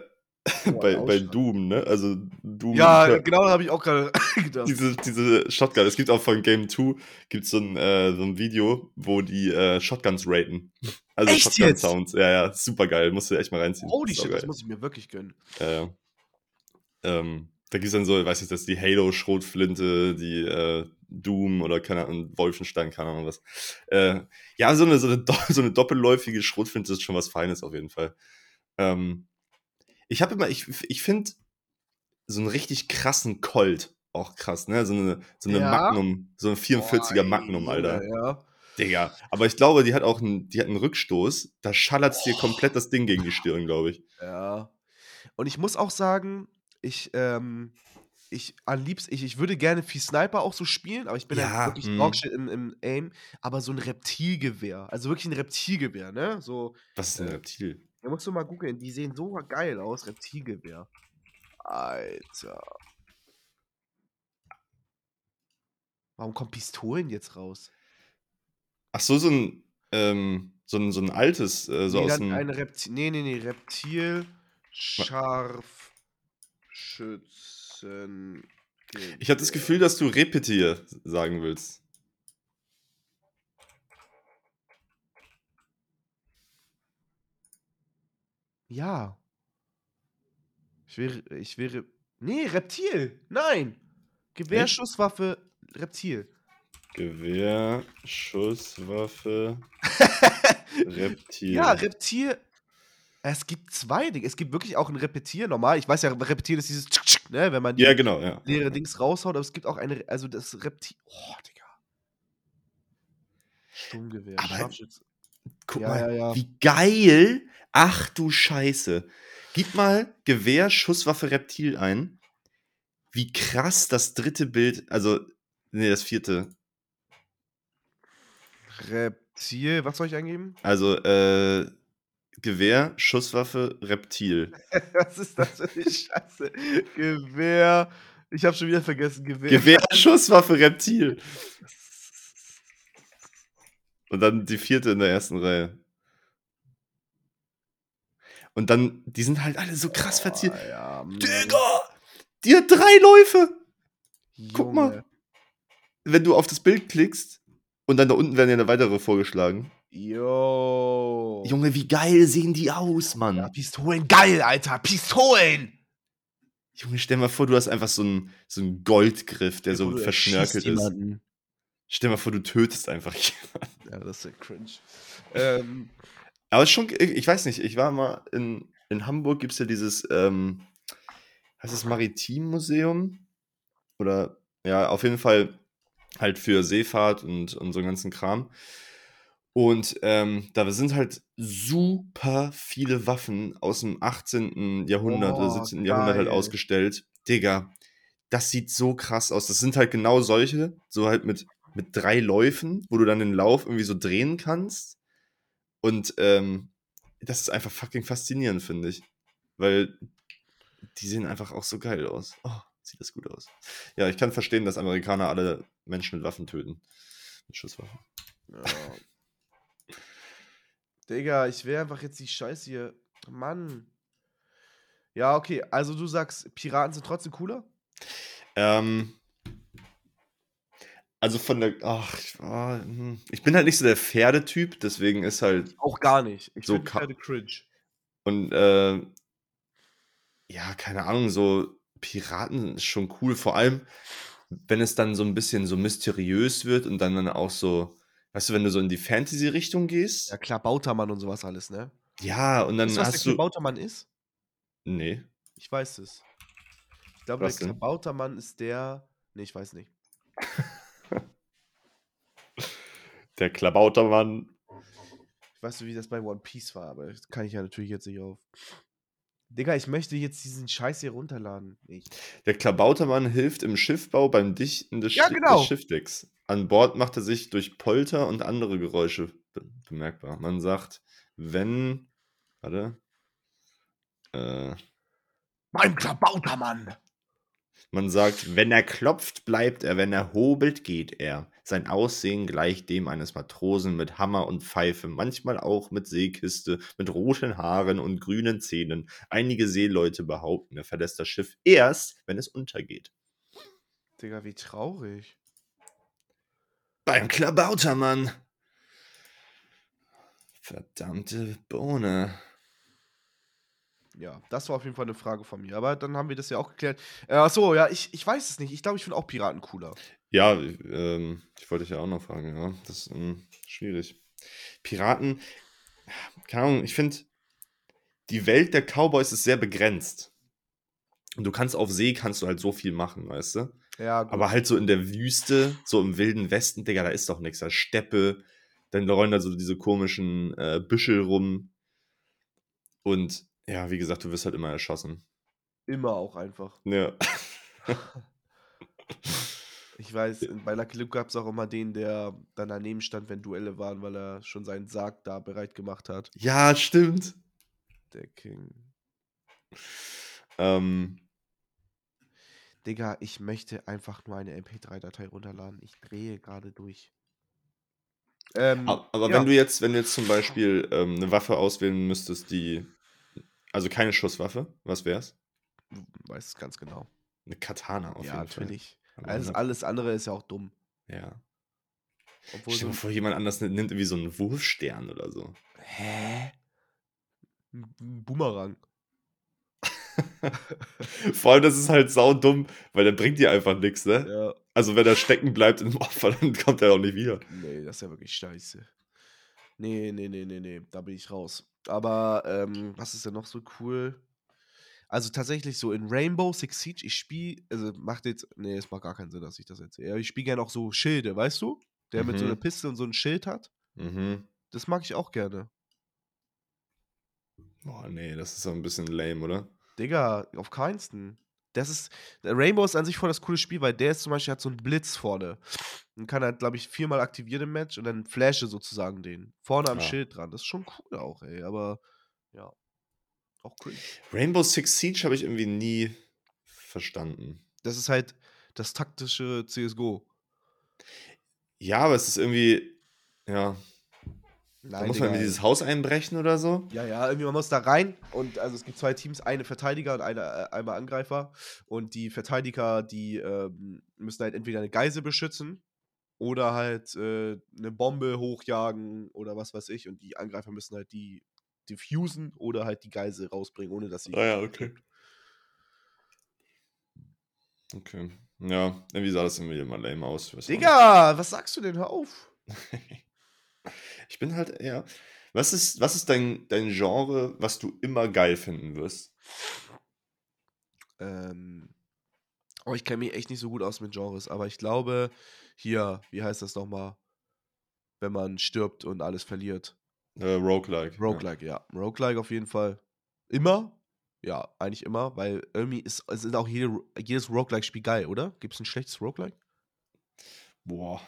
Speaker 1: bei, bei
Speaker 2: Ausschlag.
Speaker 1: Doom, ne? Also Doom.
Speaker 2: Ja, genau, da habe ich auch gerade gedacht.
Speaker 1: diese, diese Shotgun. Es gibt auch von Game 2 gibt's so, ein, äh, so ein Video, wo die äh, Shotguns raten. Also
Speaker 2: Echt jetzt?
Speaker 1: Shotgun-Sounds. Ja, ja, super geil. Musst du echt mal reinziehen.
Speaker 2: Holy shit,
Speaker 1: Saugeil.
Speaker 2: das muss ich mir wirklich gönnen.
Speaker 1: Ja, ja. Äh, ähm, da gibt es dann so, weiß ich, das die Halo-Schrotflinte, die äh, Doom oder keine Ahnung, Wolfenstein, keine Ahnung was. Äh, ja, so eine, so, eine, do- so eine doppelläufige Schrotflinte ist schon was Feines auf jeden Fall. Ähm, ich habe immer, ich, ich finde so einen richtig krassen Colt auch krass, ne? So eine, so eine
Speaker 2: Ja.
Speaker 1: Magnum, so eine 44er Magnum,
Speaker 2: Boah,
Speaker 1: Alter.
Speaker 2: Ja.
Speaker 1: Digga. Aber ich glaube, die hat auch einen, die hat einen Rückstoß. Da schallert's dir komplett das Ding gegen die Stirn, glaube ich.
Speaker 2: Ja. Und ich muss auch sagen, ich, ähm, ich am liebsten, ich, ich würde gerne viel Sniper auch so spielen, aber ich bin ja,
Speaker 1: Ja,
Speaker 2: wirklich
Speaker 1: mm.
Speaker 2: Dogshit im, im Aim, aber so ein Reptilgewehr, also wirklich ein Reptilgewehr, ne? So,
Speaker 1: Was ist ein Reptil?
Speaker 2: da musst du mal googeln, die sehen so geil aus, Reptilgewehr. Alter. Warum kommen Pistolen jetzt raus?
Speaker 1: Ach so, so ein, ähm, so ein, so ein altes, äh, so
Speaker 2: nee,
Speaker 1: aus
Speaker 2: dann
Speaker 1: dem.
Speaker 2: ein Reptil. Nee, nee, nee, Reptil. Scharfschützen.
Speaker 1: Ich habe das Gefühl, dass du Repetier sagen willst.
Speaker 2: Ja. Ich wäre. Ich wäre. Nee, Reptil! Nein! Gewehrschusswaffe, Reptil.
Speaker 1: Gewehr, Schusswaffe, Reptil.
Speaker 2: Ja, Reptil. Es gibt zwei Dinge. Es gibt wirklich auch ein Repetier normal. Ich weiß ja, Repetieren ist dieses, tschk, tschk, ne, wenn man die
Speaker 1: ja, genau, ja.
Speaker 2: leere Dings raushaut, aber es gibt auch eine, Re- also das Reptil. Oh, Digga. Sturmgewehr,
Speaker 1: Aber-
Speaker 2: Scharfschütze.
Speaker 1: Guck
Speaker 2: Ja,
Speaker 1: mal,
Speaker 2: ja, ja.
Speaker 1: wie geil. Ach du Scheiße. Gib mal Gewehr, Schusswaffe, Reptil ein. Wie krass das dritte Bild, also, nee, das vierte.
Speaker 2: Reptil, was soll ich eingeben?
Speaker 1: Also, äh, Gewehr, Schusswaffe, Reptil.
Speaker 2: Was ist das für eine Scheiße? Gewehr. Ich habe schon wieder vergessen, Gewehr.
Speaker 1: Gewehr, Schusswaffe, Reptil. Und dann die vierte in der ersten Reihe. Und dann, die sind halt alle so krass verziert.
Speaker 2: Ah, ja, Mann.
Speaker 1: Digga! Die hat drei Läufe! guck mal.
Speaker 2: Junge,
Speaker 1: Wenn du auf das Bild klickst und dann da unten werden ja eine weitere vorgeschlagen.
Speaker 2: Yo.
Speaker 1: Junge, wie geil sehen die aus, Mann.
Speaker 2: Ja, Pistolen, geil, Alter. Pistolen.
Speaker 1: Junge, stell mal vor, du hast einfach so einen, so einen Goldgriff, der so
Speaker 2: Bruder,
Speaker 1: verschnörkelt ist.
Speaker 2: schießt jemanden.
Speaker 1: Stell mal vor, du tötest einfach jemanden.
Speaker 2: Ja, das ist ja cringe. ähm,
Speaker 1: Aber es ist schon, ich- ich weiß nicht, ich war mal in, in Hamburg, gibt es ja dieses, ähm, heißt das Maritimmuseum? Oder ja, auf jeden Fall halt für Seefahrt und, und so einen ganzen Kram. Und ähm, da sind halt super viele Waffen aus dem 18. Jahrhundert oder
Speaker 2: Oh,
Speaker 1: 17. Jahrhundert halt
Speaker 2: geil.
Speaker 1: ausgestellt. Digga, das sieht so krass aus. Das sind halt genau solche, so halt mit, mit drei Läufen, wo du dann den Lauf irgendwie so drehen kannst. Und ähm, das ist einfach fucking faszinierend, finde ich. Weil die sehen einfach auch so geil aus. Oh, sieht das gut aus. Ja, ich kann verstehen, dass Amerikaner alle Menschen mit Waffen töten. Mit Schusswaffen.
Speaker 2: ja. Digga, ich will einfach jetzt die Scheiße hier. Mann. Ja, okay. Also du sagst, Piraten sind trotzdem cooler?
Speaker 1: Ähm, also von der. Ach, ich, war- hm. ich bin halt nicht so der Pferdetyp, deswegen ist halt.
Speaker 2: Auch gar nicht. Ich
Speaker 1: So
Speaker 2: finde
Speaker 1: ka-
Speaker 2: Pferde cringe.
Speaker 1: Und äh, ja, keine Ahnung, so Piraten ist schon cool, vor allem wenn es dann so ein bisschen so mysteriös wird und dann, dann auch so, weißt du, wenn du so in die Fantasy-Richtung gehst.
Speaker 2: Ja klar, Bautermann und sowas alles, ne?
Speaker 1: Ja, und dann
Speaker 2: weißt du, was der
Speaker 1: hast du.
Speaker 2: Klabautermann ist?
Speaker 1: Nee.
Speaker 2: Ich weiß es. Ich glaube,
Speaker 1: Was
Speaker 2: der
Speaker 1: denn?
Speaker 2: Klabautermann ist der. Nee, ich weiß nicht.
Speaker 1: Der Klabautermann.
Speaker 2: Ich weiß nicht, wie das bei One Piece war, aber das kann ich ja natürlich jetzt nicht auf. Digga, ich möchte jetzt diesen Scheiß hier runterladen. Nicht.
Speaker 1: Der Klabautermann hilft im Schiffbau beim Dichten des,
Speaker 2: Ja,
Speaker 1: Schi-
Speaker 2: genau.
Speaker 1: des Schiffdecks. An Bord macht er sich durch Polter und andere Geräusche be bemerkbar. Man sagt, wenn. Warte. Äh,
Speaker 2: Mein klabauter Mann!
Speaker 1: man sagt, wenn er klopft, bleibt er, wenn er hobelt, geht er. Sein Aussehen gleicht dem eines Matrosen mit Hammer und Pfeife, manchmal auch mit Seekiste, mit roten Haaren und grünen Zähnen. Einige Seeleute behaupten, er verlässt das Schiff erst, wenn es untergeht.
Speaker 2: Digga, wie traurig.
Speaker 1: Beim Klabautermann. Verdammte Bohne.
Speaker 2: Ja, das war auf jeden Fall eine Frage von mir. Aber dann haben wir das ja auch geklärt. Äh, achso, ja, ich, ich weiß es nicht. Ich glaube, ich finde auch Piraten cooler.
Speaker 1: Ja, ähm, ich wollte dich ja auch noch fragen, ja. Das ist ähm, schwierig. Piraten, keine Ahnung, ich finde, die Welt der Cowboys ist sehr begrenzt. Und du kannst auf See, kannst du halt so viel machen, weißt du?
Speaker 2: Ja, gut.
Speaker 1: Aber halt so in der Wüste, so im wilden Westen, Digga, da ist doch nichts. Da ist Steppe, dann rollen da so diese komischen äh, Büschel rum. Und ja, wie gesagt, du wirst halt immer erschossen.
Speaker 2: immer auch einfach.
Speaker 1: Ja.
Speaker 2: Ich weiß, bei Lucky Luke gab es auch immer den, der dann daneben stand, wenn Duelle waren, weil er schon seinen Sarg da bereit gemacht hat.
Speaker 1: Ja, stimmt.
Speaker 2: Der King.
Speaker 1: Ähm,
Speaker 2: Digga, ich möchte einfach nur eine MP3-Datei runterladen. Ich drehe gerade durch. Ähm,
Speaker 1: Ab- Aber
Speaker 2: ja.
Speaker 1: wenn du jetzt, wenn du jetzt zum Beispiel ähm, eine Waffe auswählen müsstest, die. Also keine Schusswaffe, was wär's?
Speaker 2: Du weißt es ganz genau.
Speaker 1: Eine Katana auf
Speaker 2: ja,
Speaker 1: jeden Fall.
Speaker 2: natürlich.
Speaker 1: Aber
Speaker 2: Alles,
Speaker 1: ne-
Speaker 2: alles andere ist ja auch dumm.
Speaker 1: Ja. Stell
Speaker 2: Obwohl
Speaker 1: dir
Speaker 2: so
Speaker 1: mal vor, jemand anders nimmt irgendwie so einen Wurfstern oder so.
Speaker 2: Hä? Ein ein Boomerang.
Speaker 1: vor allem, das ist halt saudumm, weil der bringt dir einfach nichts, ne?
Speaker 2: Ja.
Speaker 1: Also, wenn er stecken bleibt im Opfer, dann kommt er auch nicht wieder.
Speaker 2: Nee, das ist ja wirklich scheiße. Nee, nee, nee, nee, nee, da bin ich raus. Aber ähm, was ist denn noch so cool? Also tatsächlich so in Rainbow Six Siege, ich spiele, also macht jetzt, nee, es macht gar keinen Sinn, dass ich das erzähle. Aber Ich spiele gerne auch so Schilde, weißt du? Der mit so
Speaker 1: Mhm.
Speaker 2: einer Piste und so ein Schild hat.
Speaker 1: Mhm.
Speaker 2: Das mag ich auch gerne.
Speaker 1: Boah, nee, das ist doch ein bisschen lame, oder?
Speaker 2: Digga, auf keinsten. Das ist. Rainbow ist an sich voll das coole Spiel, weil der ist zum Beispiel hat so einen Blitz vorne. Und kann halt, glaube ich, viermal aktivieren im Match und dann flashe sozusagen den. Vorne am
Speaker 1: Ah.
Speaker 2: Schild dran. Das ist schon cool auch, ey. Aber ja. Auch cool.
Speaker 1: Rainbow Six Siege habe ich irgendwie nie verstanden.
Speaker 2: Das ist halt das taktische CSGO.
Speaker 1: Ja, aber es ist irgendwie. Ja,
Speaker 2: Nein,
Speaker 1: da muss man in dieses Haus einbrechen oder so.
Speaker 2: ja, ja, irgendwie man muss da rein und also es gibt zwei Teams, eine Verteidiger und eine, äh, einmal Angreifer. Und die Verteidiger, die ähm, müssen halt entweder eine Geisel beschützen oder halt äh, eine Bombe hochjagen oder was weiß ich. Und die Angreifer müssen halt die diffusen oder halt die Geisel rausbringen, ohne dass sie.
Speaker 1: Ah ja, okay. Okay. Ja, irgendwie sah das irgendwie immer lame aus. Ich weiß auch
Speaker 2: Digga, was sagst du denn? Hör auf.
Speaker 1: nicht. Ich bin halt eher. Was ist, was ist dein, dein Genre, was du immer geil finden wirst?
Speaker 2: Ähm, oh, ich kenne mich echt nicht so gut aus mit Genres, aber ich glaube, hier, wie heißt das nochmal? Wenn man stirbt und alles verliert.
Speaker 1: Äh, Roguelike.
Speaker 2: Roguelike, ja. Roguelike auf jeden Fall. Immer? Ja, eigentlich immer, weil irgendwie ist, es ist auch jede, jedes Roguelike-Spiel geil, oder? Gibt es ein schlechtes Roguelike?
Speaker 1: Ja. Boah.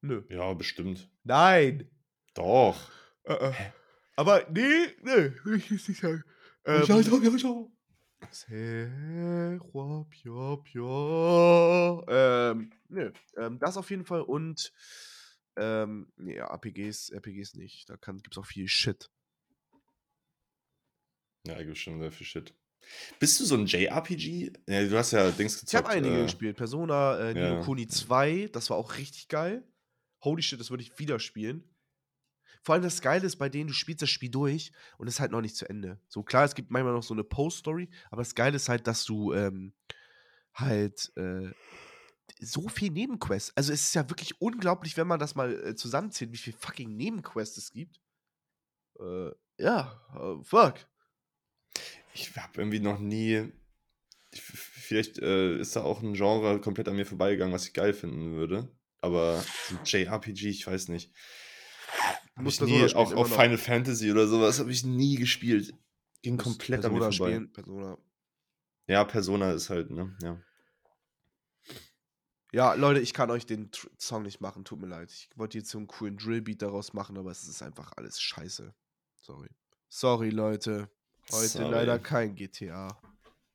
Speaker 2: Nö.
Speaker 1: Ja, bestimmt.
Speaker 2: Nein!
Speaker 1: Doch.
Speaker 2: Äh, äh. Aber nee, nee, will ich jetzt nicht sagen. Ähm,
Speaker 1: ja, ja, ja, ja.
Speaker 2: Sehr, Job, Job, Job. Ähm, nö. Ähm, das auf jeden Fall und ähm, nee, ja, RPGs, RPGs nicht. Da kann, gibt's auch viel Shit.
Speaker 1: Ja, gibt schon sehr viel Shit. Bist du so ein JRPG? Ja, du hast ja Dings
Speaker 2: Ich habe
Speaker 1: gezockt.
Speaker 2: einige
Speaker 1: äh,
Speaker 2: gespielt. Persona, äh, Nino
Speaker 1: ja.
Speaker 2: Kuni 2, das war auch richtig geil. Holy shit, das würde ich wieder spielen. Vor allem das Geile ist, bei denen du spielst das Spiel durch und es ist halt noch nicht zu Ende. So klar, es gibt manchmal noch so eine Post-Story, aber das Geile ist halt, dass du ähm, halt äh, so viel Nebenquests. Also es ist ja wirklich unglaublich, wenn man das mal äh, zusammenzählt, wie viel fucking Nebenquests es gibt. Äh, ja, äh, fuck.
Speaker 1: Ich habe irgendwie noch nie. ich- Vielleicht äh, ist da auch ein Genre komplett an mir vorbeigegangen, was ich geil finden würde. Aber so JRPG, ich weiß nicht. Hab
Speaker 2: Muss
Speaker 1: ich
Speaker 2: Persona
Speaker 1: nie,
Speaker 2: spielen,
Speaker 1: auch auch
Speaker 2: immer noch.
Speaker 1: Final Fantasy oder sowas habe ich nie gespielt. Ging
Speaker 2: Muss
Speaker 1: komplett an
Speaker 2: Persona
Speaker 1: mir vorbei.
Speaker 2: spielen. Persona.
Speaker 1: Ja, Persona ist halt, ne? Ja.
Speaker 2: Ja, Leute, ich kann euch den Tr Song nicht machen, tut mir leid. Ich wollte jetzt so einen coolen Drillbeat daraus machen, aber es ist einfach alles scheiße. Sorry. Sorry, Leute. Heute
Speaker 1: Sorry.
Speaker 2: leider kein GTA.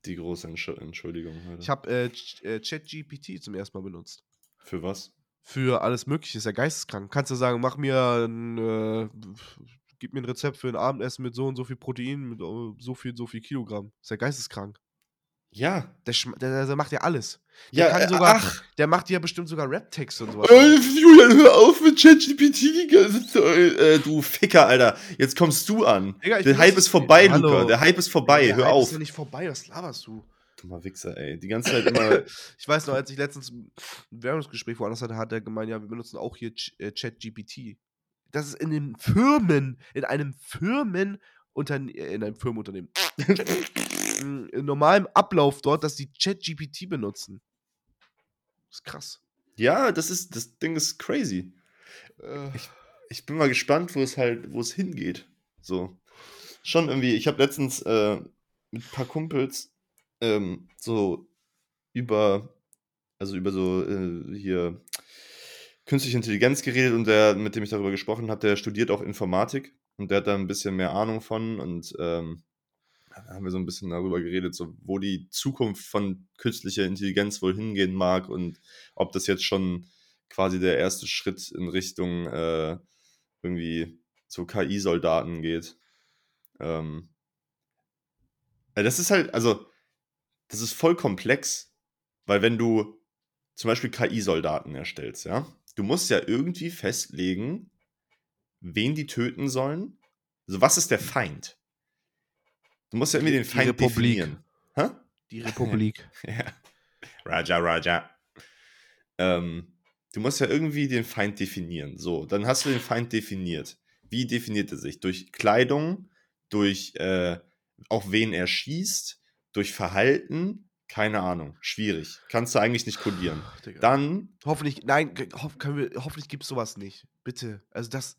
Speaker 1: Die große Entsch Entschuldigung heute.
Speaker 2: Ich habe äh, Ch- äh, ChatGPT zum ersten Mal benutzt.
Speaker 1: Für was?
Speaker 2: Für alles Mögliche. Ist ja geisteskrank. Kannst du sagen, mach mir ein. Äh, gib mir ein Rezept für ein Abendessen mit so und so viel Protein, mit äh, so viel, so viel Kilogramm. Ist ja geisteskrank.
Speaker 1: Ja.
Speaker 2: Der, schm- der, der macht ja alles.
Speaker 1: Ja,
Speaker 2: kann
Speaker 1: äh,
Speaker 2: sogar-
Speaker 1: ach.
Speaker 2: Der macht ja bestimmt sogar Rap-Texte und sowas.
Speaker 1: Äh, Julian, hör auf mit ChatGPT. die ganze Zeit. Äh, du Ficker, Alter. Jetzt kommst du an.
Speaker 2: Digga, ich
Speaker 1: Der
Speaker 2: benutze-
Speaker 1: Hype ist vorbei,
Speaker 2: Hallo.
Speaker 1: Luca. Der Hype ist vorbei.
Speaker 2: Der
Speaker 1: hör
Speaker 2: Hype
Speaker 1: auf.
Speaker 2: Ist ja nicht vorbei, was laberst du?
Speaker 1: Dummer Wichser, ey. Die ganze Zeit immer.
Speaker 2: Ich weiß noch, als ich letztens ein Währungsgespräch woanders hatte, hat er gemeint, ja, wir benutzen auch hier Ch- äh, ChatGPT. Das ist in den Firmen, in einem Firmen in einem Firmenunternehmen. Mm, in normalem Ablauf dort, dass die ChatGPT benutzen. ist krass.
Speaker 1: ja, das ist. Das Ding ist crazy.
Speaker 2: Äh,
Speaker 1: ich bin mal gespannt, wo es halt, wo es hingeht. So. Schon irgendwie, ich habe letztens äh, mit ein paar Kumpels ähm, so über, also über so äh, hier künstliche Intelligenz geredet und der, mit dem ich darüber gesprochen habe, der studiert auch Informatik und der hat da ein bisschen mehr Ahnung von und ähm, da haben wir so ein bisschen darüber geredet, so, wo die Zukunft von künstlicher Intelligenz wohl hingehen mag und ob das jetzt schon quasi der erste Schritt in Richtung äh, irgendwie zu KI-Soldaten geht. Ähm, äh, das ist halt, also, das ist voll komplex, weil wenn du zum Beispiel KI-Soldaten erstellst, ja, du musst ja irgendwie festlegen, wen die töten sollen. Also, was ist der Feind? Du musst ja irgendwie den
Speaker 2: Die
Speaker 1: Feind
Speaker 2: Republik.
Speaker 1: definieren. Hä?
Speaker 2: die Republik.
Speaker 1: Ja. Raja, Raja. Ähm, du musst ja irgendwie den Feind definieren. So, dann hast du den Feind definiert. Wie definiert er sich? Durch Kleidung, durch äh, auch wen er schießt, durch Verhalten, keine Ahnung. Schwierig. Kannst du eigentlich nicht kodieren.
Speaker 2: Ach, Digga.
Speaker 1: Dann,
Speaker 2: Hoffentlich, nein, ge- hoff, können wir, hoffentlich gibt es sowas nicht. Bitte. Also das,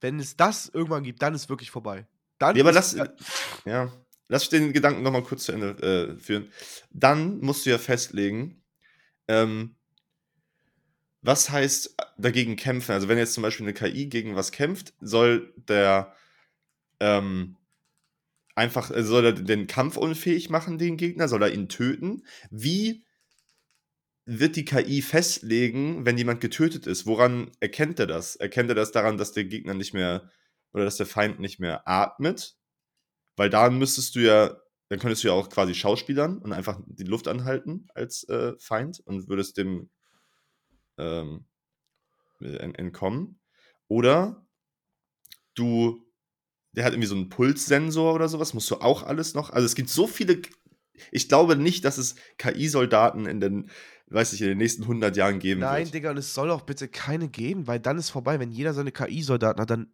Speaker 2: wenn es das irgendwann gibt, dann ist wirklich vorbei. Dann
Speaker 1: ja, aber
Speaker 2: ist-
Speaker 1: lass, ja, lass den Gedanken nochmal kurz zu Ende äh, führen. Dann musst du ja festlegen, ähm, was heißt dagegen kämpfen? Also wenn jetzt zum Beispiel eine KI gegen was kämpft, soll der ähm, einfach, also soll er den Kampf unfähig machen, den Gegner? Soll er ihn töten? Wie wird die KI festlegen, wenn jemand getötet ist? Woran erkennt er das? Erkennt er das daran, dass der Gegner nicht mehr oder dass der Feind nicht mehr atmet? Weil dann müsstest du ja, dann könntest du ja auch quasi schauspielern und einfach die Luft anhalten als äh, Feind und würdest dem ähm, äh, en- entkommen. Oder du, der hat irgendwie so einen Pulssensor oder sowas, musst du auch alles noch. Also es gibt so viele. Ich glaube nicht, dass es KI-Soldaten in den, weiß ich, in den nächsten 100 Jahren geben
Speaker 2: Nein,
Speaker 1: wird.
Speaker 2: Digga, und es soll auch bitte keine geben, weil dann ist vorbei. Wenn jeder seine KI-Soldaten hat, dann,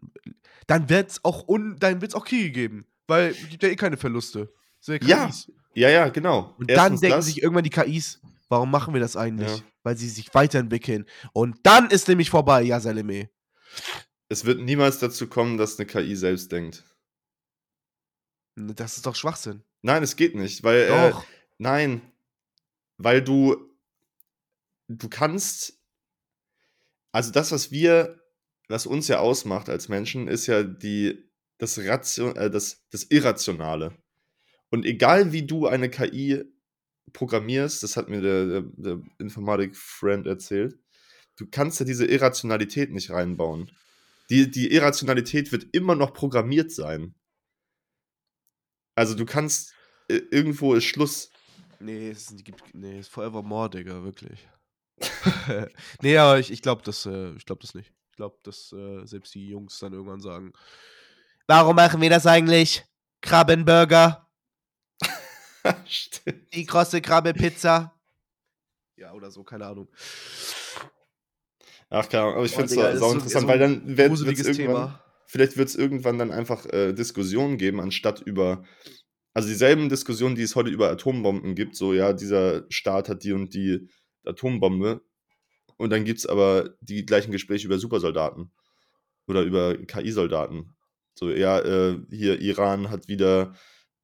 Speaker 2: dann wird es auch, un, dann wird's auch Kriege geben. Weil es gibt ja eh keine Verluste. Es sind
Speaker 1: Ja,
Speaker 2: KIs.
Speaker 1: Ja, ja, genau.
Speaker 2: Und dann
Speaker 1: Erstens
Speaker 2: denken
Speaker 1: das.
Speaker 2: sich irgendwann die KIs, warum machen wir das eigentlich?
Speaker 1: Ja.
Speaker 2: Weil sie sich weiterentwickeln. Und dann ist nämlich vorbei, ja, Saleme.
Speaker 1: Es wird niemals dazu kommen, dass eine KI selbst denkt.
Speaker 2: Das ist doch Schwachsinn.
Speaker 1: Nein, es geht nicht, weil äh,
Speaker 2: doch.
Speaker 1: nein, weil du du kannst also das, was wir, was uns ja ausmacht als Menschen, ist ja die das Ration, äh, das das Irrationale. Und egal wie du eine KI programmierst, das hat mir der, der, der Informatik-Friend erzählt, du kannst ja diese Irrationalität nicht reinbauen. Die, die Irrationalität wird immer noch programmiert sein. Also du kannst, i- irgendwo ist Schluss.
Speaker 2: Nee, es ist- gibt, nee, es ist Forever More, Digga, wirklich. nee, aber ich, ich glaube das, äh, ich glaub das nicht. Ich glaube, dass äh, selbst die Jungs dann irgendwann sagen: Warum machen wir das eigentlich? Krabbenburger,
Speaker 1: Stimmt.
Speaker 2: die krosse Krabbepizza. Ja, oder so, keine Ahnung.
Speaker 1: Ach, keine Ahnung, aber ich
Speaker 2: Boah,
Speaker 1: finde es sau
Speaker 2: Digga, das ist so-
Speaker 1: interessant,
Speaker 2: so
Speaker 1: weil
Speaker 2: ein
Speaker 1: dann wird
Speaker 2: gruseliges
Speaker 1: es irgendwann,
Speaker 2: Thema.
Speaker 1: vielleicht wird es irgendwann dann einfach äh, Diskussionen geben, anstatt über, also dieselben Diskussionen, die es heute über Atombomben gibt, so, ja, dieser Staat hat die und die Atombombe und dann gibt es aber die gleichen Gespräche über Supersoldaten oder über KI-Soldaten. So, ja, äh, hier Iran hat wieder,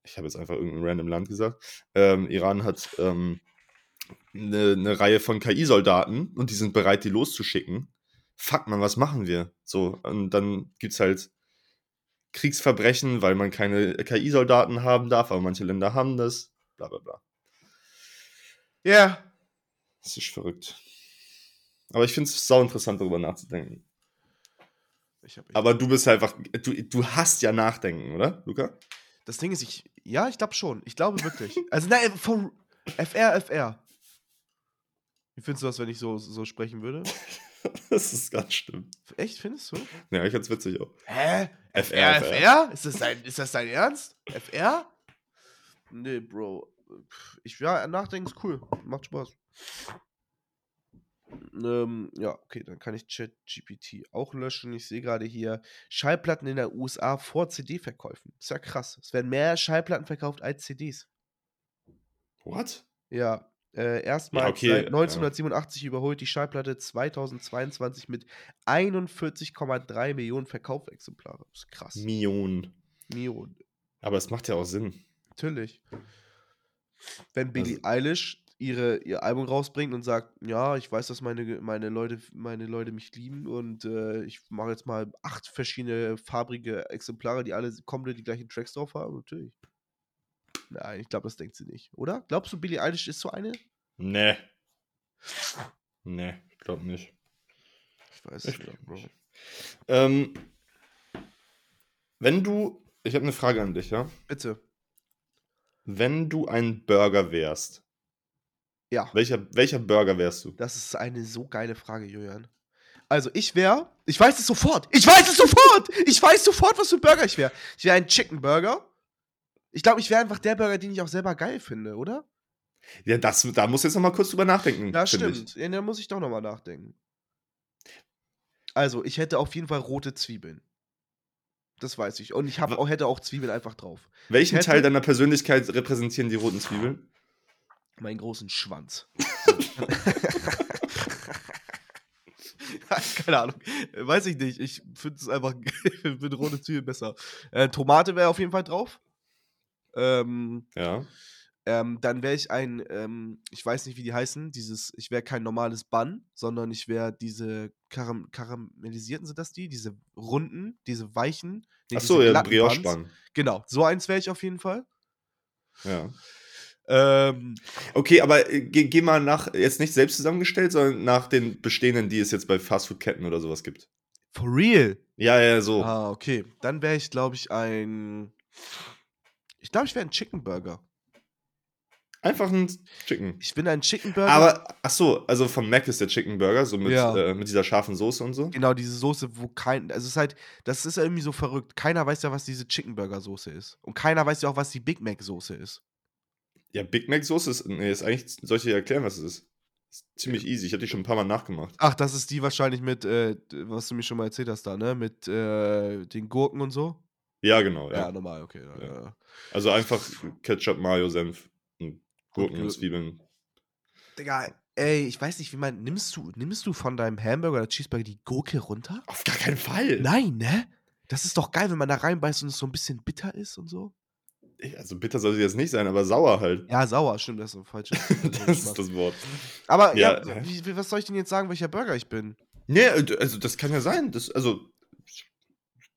Speaker 1: ich habe jetzt einfach irgendein random Land gesagt, ähm, Iran hat ähm, eine, eine Reihe von KI-Soldaten und die sind bereit, die loszuschicken. Fuck man, was machen wir? So, und dann gibt's halt Kriegsverbrechen, weil man keine KI-Soldaten haben darf, aber manche Länder haben das. Bla bla bla.
Speaker 2: Ja.
Speaker 1: Das ist verrückt. Aber ich finde es sau interessant, darüber nachzudenken.
Speaker 2: Ich hab echt-
Speaker 1: Aber du bist einfach, du, du hast ja Nachdenken, oder, Luca?
Speaker 2: das Ding ist, ich. Ja, ich glaube schon. Ich glaube wirklich. also, nein, von FR, FR. Wie findest du das, wenn ich so, so sprechen würde?
Speaker 1: Das ist ganz schlimm.
Speaker 2: Echt, findest du?
Speaker 1: Ja, ich fand's witzig auch.
Speaker 2: Hä?
Speaker 1: FR?
Speaker 2: FR, FR? Ist das dein, ist das dein Ernst? FR? Nee, Bro. Pff, Ich, ja, nachdenken ist cool. Macht Spaß. Ähm, ja, okay, dann kann ich ChatGPT auch löschen. Ich sehe gerade hier Schallplatten in der USA vor CD-Verkäufen. Ist ja krass. Es werden mehr Schallplatten verkauft als CDs.
Speaker 1: What?
Speaker 2: Ja, äh, erstmals
Speaker 1: okay,
Speaker 2: seit
Speaker 1: ja.
Speaker 2: 1987 überholt die Schallplatte 2022 mit 41,3 Millionen Verkaufsexemplare. Das ist krass.
Speaker 1: Millionen.
Speaker 2: Millionen.
Speaker 1: Aber es macht ja auch Sinn.
Speaker 2: Natürlich. Wenn Billie Eilish ihre, ihr Album rausbringt und sagt, ja, ich weiß, dass meine, Ge- meine, Leute, meine Leute mich lieben und äh, ich mache jetzt mal acht verschiedene farbrige Exemplare, die alle komplett die gleichen Tracks drauf haben, natürlich. Nein, ich glaube, das denkt sie nicht, oder? Glaubst du, Billie Eilish ist so eine?
Speaker 1: Nee. Nee, glaub nicht.
Speaker 2: Ich weiß
Speaker 1: Ich
Speaker 2: es nicht,
Speaker 1: glaub
Speaker 2: Bro.
Speaker 1: nicht. Ähm, wenn du, ich habe eine Frage an dich, ja?
Speaker 2: Bitte.
Speaker 1: Wenn du ein Burger wärst,
Speaker 2: Ja,
Speaker 1: welcher, welcher Burger wärst du?
Speaker 2: das ist eine so geile Frage, Julian. Also, ich wäre, ich weiß es sofort. Ich weiß es sofort. Ich weiß sofort, was für ein Burger ich wäre. Ich wäre ein Chicken Burger. Ich glaube, ich wäre einfach der Burger, den ich auch selber geil finde, oder?
Speaker 1: Ja, das, da musst du jetzt noch mal kurz drüber nachdenken.
Speaker 2: Ja,
Speaker 1: finde ich.
Speaker 2: stimmt. Ja, da muss ich doch nochmal nachdenken. Also, ich hätte auf jeden Fall rote Zwiebeln. Das weiß ich. Und ich hab,
Speaker 1: Wa-
Speaker 2: auch, hätte auch Zwiebeln einfach drauf.
Speaker 1: Welchen
Speaker 2: hätte-
Speaker 1: Teil deiner Persönlichkeit repräsentieren die roten Zwiebeln?
Speaker 2: Meinen großen Schwanz. Keine Ahnung. Weiß ich nicht. Ich finde es einfach mit rote Zwiebeln besser. Äh, Tomate wäre auf jeden Fall drauf. Ähm,
Speaker 1: Ja.
Speaker 2: ähm, dann wäre ich ein, ähm, ich weiß nicht, wie die heißen, dieses, ich wäre kein normales Bun, sondern ich wäre diese Karam karamellisierten, sind das die? Diese runden, diese weichen. Nee,
Speaker 1: Achso,
Speaker 2: diese
Speaker 1: ja,
Speaker 2: glatten Buns.
Speaker 1: Brioche-Bann.
Speaker 2: Genau, so eins wäre ich auf jeden Fall.
Speaker 1: Ja.
Speaker 2: Ähm,
Speaker 1: Okay, aber äh, geh, geh mal nach, jetzt nicht selbst zusammengestellt, sondern nach den bestehenden, die es jetzt bei Fastfood-Ketten oder sowas gibt.
Speaker 2: for real.
Speaker 1: Ja, ja, so.
Speaker 2: Ah, okay. Dann wäre ich, glaube ich, ein. Ich glaube, ich wäre ein Chicken Burger.
Speaker 1: Einfach ein Chicken.
Speaker 2: Ich bin ein Chicken Burger.
Speaker 1: Aber, ach so, also vom Mac ist der Chicken Burger, so mit,
Speaker 2: Ja.
Speaker 1: äh, mit dieser scharfen Soße und so.
Speaker 2: genau, diese Soße, wo kein. Also, es ist halt. Das ist irgendwie so verrückt. Keiner weiß ja, was diese Chicken Burger Soße ist. Und keiner weiß ja auch, was die Big Mac Soße ist.
Speaker 1: Ja, Big Mac Soße ist, nee, ist eigentlich, soll ich dir erklären, was es ist? ist ziemlich easy, ich hab die schon ein paar Mal nachgemacht.
Speaker 2: Ach, das ist die wahrscheinlich mit, äh, d- was du mir schon mal erzählt hast da, ne? Mit äh, den Gurken und so.
Speaker 1: Ja, genau,
Speaker 2: Ja,
Speaker 1: ja.
Speaker 2: normal, okay. Ja.
Speaker 1: Ja.
Speaker 2: Ja.
Speaker 1: Also einfach Ketchup, Mayo, Senf, und Gurken und
Speaker 2: Gurken.
Speaker 1: Zwiebeln.
Speaker 2: Digga, ey, ich weiß nicht, wie man. Nimmst du, nimmst du von deinem Hamburger oder Cheeseburger die Gurke runter?
Speaker 1: Auf gar keinen Fall.
Speaker 2: Nein, ne? Das ist doch geil, wenn man da reinbeißt und es so ein bisschen bitter ist und so.
Speaker 1: Ey, Also bitter soll sie jetzt nicht sein, aber sauer halt.
Speaker 2: Ja, sauer, stimmt, das ist ein falsches.
Speaker 1: Das ist das Wort.
Speaker 2: Aber ja,
Speaker 1: Ja.
Speaker 2: wie, wie, was soll ich denn jetzt sagen, welcher Burger ich bin?
Speaker 1: Nee, also das kann ja sein. Das, also,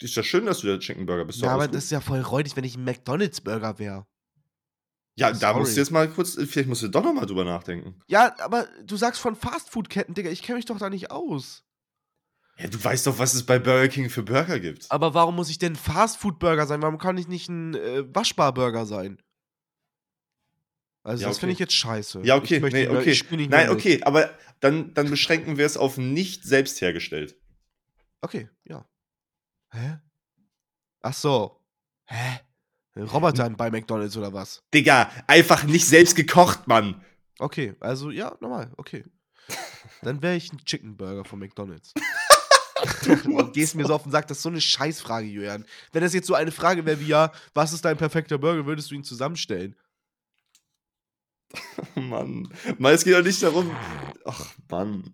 Speaker 1: ist ja schön, dass du der Chicken Burger bist.
Speaker 2: ja,
Speaker 1: Doch,
Speaker 2: aber
Speaker 1: alles gut.
Speaker 2: das ist ja voll räudig, wenn ich ein McDonalds-Burger wäre.
Speaker 1: ja da
Speaker 2: sorry.
Speaker 1: musst du jetzt mal kurz, vielleicht musst du doch nochmal drüber nachdenken.
Speaker 2: Ja, aber du sagst von Fastfood-Ketten, Digga, ich kenne mich doch da nicht aus.
Speaker 1: Ja, du weißt doch, was es bei Burger King für Burger gibt.
Speaker 2: Aber warum muss ich denn ein Fastfood-Burger sein? Warum kann ich nicht ein äh, Waschbar-Burger sein? Also,
Speaker 1: Ja,
Speaker 2: das finde
Speaker 1: okay.
Speaker 2: ich jetzt scheiße.
Speaker 1: Ja, okay,
Speaker 2: Ich möchte
Speaker 1: nee,
Speaker 2: nicht mehr-
Speaker 1: okay.
Speaker 2: ich spiel nicht mehr
Speaker 1: Nein,
Speaker 2: mit.
Speaker 1: okay, aber dann, dann beschränken wir es auf nicht selbst hergestellt.
Speaker 2: Okay, ja. Hä? Ach so. Hä? Ein Roboter bei McDonalds oder was?
Speaker 1: Digga, einfach nicht selbst gekocht, Mann.
Speaker 2: Okay, also ja, normal, okay. Dann wäre ich ein Chicken Burger von McDonalds. Und gehst mir so auf den Sack, das ist so eine Scheißfrage, Jörn. Wenn das jetzt so eine Frage wäre wie, ja, was ist dein perfekter Burger, würdest du ihn zusammenstellen?
Speaker 1: Mann. Mann, es geht doch nicht darum. Ach, Mann.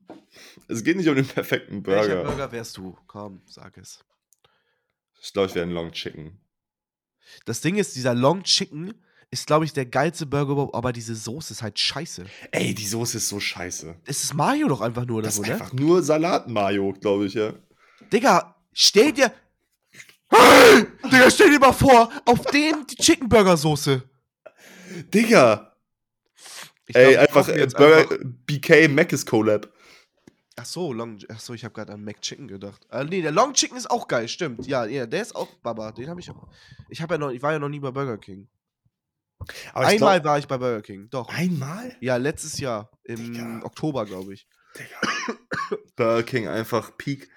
Speaker 1: Es geht nicht um den perfekten
Speaker 2: Welcher
Speaker 1: Burger.
Speaker 2: Burger wärst du? Komm, sag es.
Speaker 1: Ich glaube, ich wäre ein Long Chicken.
Speaker 2: Das Ding ist, dieser Long Chicken ist, glaube ich, der geilste Burger überhaupt, aber diese Soße ist halt scheiße.
Speaker 1: Ey, die Soße ist so scheiße.
Speaker 2: Es ist Mario doch einfach nur oder
Speaker 1: Das
Speaker 2: so,
Speaker 1: ist
Speaker 2: ne?
Speaker 1: einfach nur Salat-Mayo, glaube ich, ja.
Speaker 2: Digga, stell dir. Hey! Digga, stell dir mal vor, auf dem die Chicken Burger Soße.
Speaker 1: Digga!
Speaker 2: Ich glaub,
Speaker 1: Ey,
Speaker 2: ich
Speaker 1: einfach
Speaker 2: kaufe mir
Speaker 1: äh,
Speaker 2: jetzt
Speaker 1: Burger
Speaker 2: einfach-
Speaker 1: BK Mac is Collab.
Speaker 2: Ach so, Long Ach so, ich habe gerade an McChicken gedacht. Ah, nee, der Long Chicken ist auch geil, stimmt. Ja, ja, der ist auch Baba, den habe ich auch. Ich habe ja noch ich war ja noch nie bei Burger King.
Speaker 1: Aber ich
Speaker 2: Einmal
Speaker 1: glaub-
Speaker 2: war ich bei Burger King, doch.
Speaker 1: einmal?
Speaker 2: Ja, letztes Jahr im
Speaker 1: Digga.
Speaker 2: Oktober, glaube ich.
Speaker 1: Burger King einfach Peak.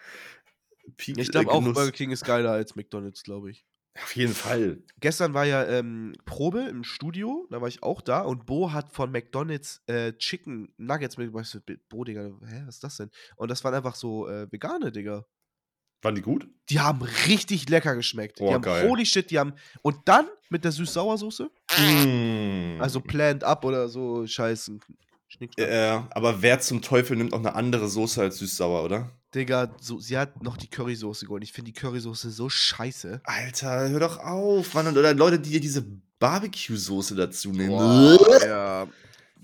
Speaker 1: Peak
Speaker 2: Ich
Speaker 1: äh,
Speaker 2: glaube auch
Speaker 1: Genuss.
Speaker 2: Burger King ist geiler als McDonald's, glaube ich.
Speaker 1: Auf jeden Fall.
Speaker 2: Gestern war ja ähm, Probe im Studio, da war ich auch da und Bo hat von McDonalds äh, Chicken Nuggets mitgebracht. Ich so, Bo, Digga, hä, was ist das denn? Und das waren einfach so äh, vegane, Digga.
Speaker 1: Waren die gut?
Speaker 2: Die haben richtig lecker geschmeckt.
Speaker 1: Boah,
Speaker 2: die haben
Speaker 1: geil.
Speaker 2: holy shit, die haben. Und dann mit der Süß-Sauersoße,
Speaker 1: Mm.
Speaker 2: also Planned Up oder so, hm, scheißen. Schnick, schnack.
Speaker 1: Mhm. Äh, aber wer zum Teufel nimmt auch eine andere Soße als süß-sauer, oder?
Speaker 2: Digga, so, sie hat noch die Currysoße geholt. Ich finde die Currysoße so scheiße.
Speaker 1: Alter, hör doch auf, Mann. Oder Leute, die dir diese Barbecue-Soße dazu nehmen.
Speaker 2: ja.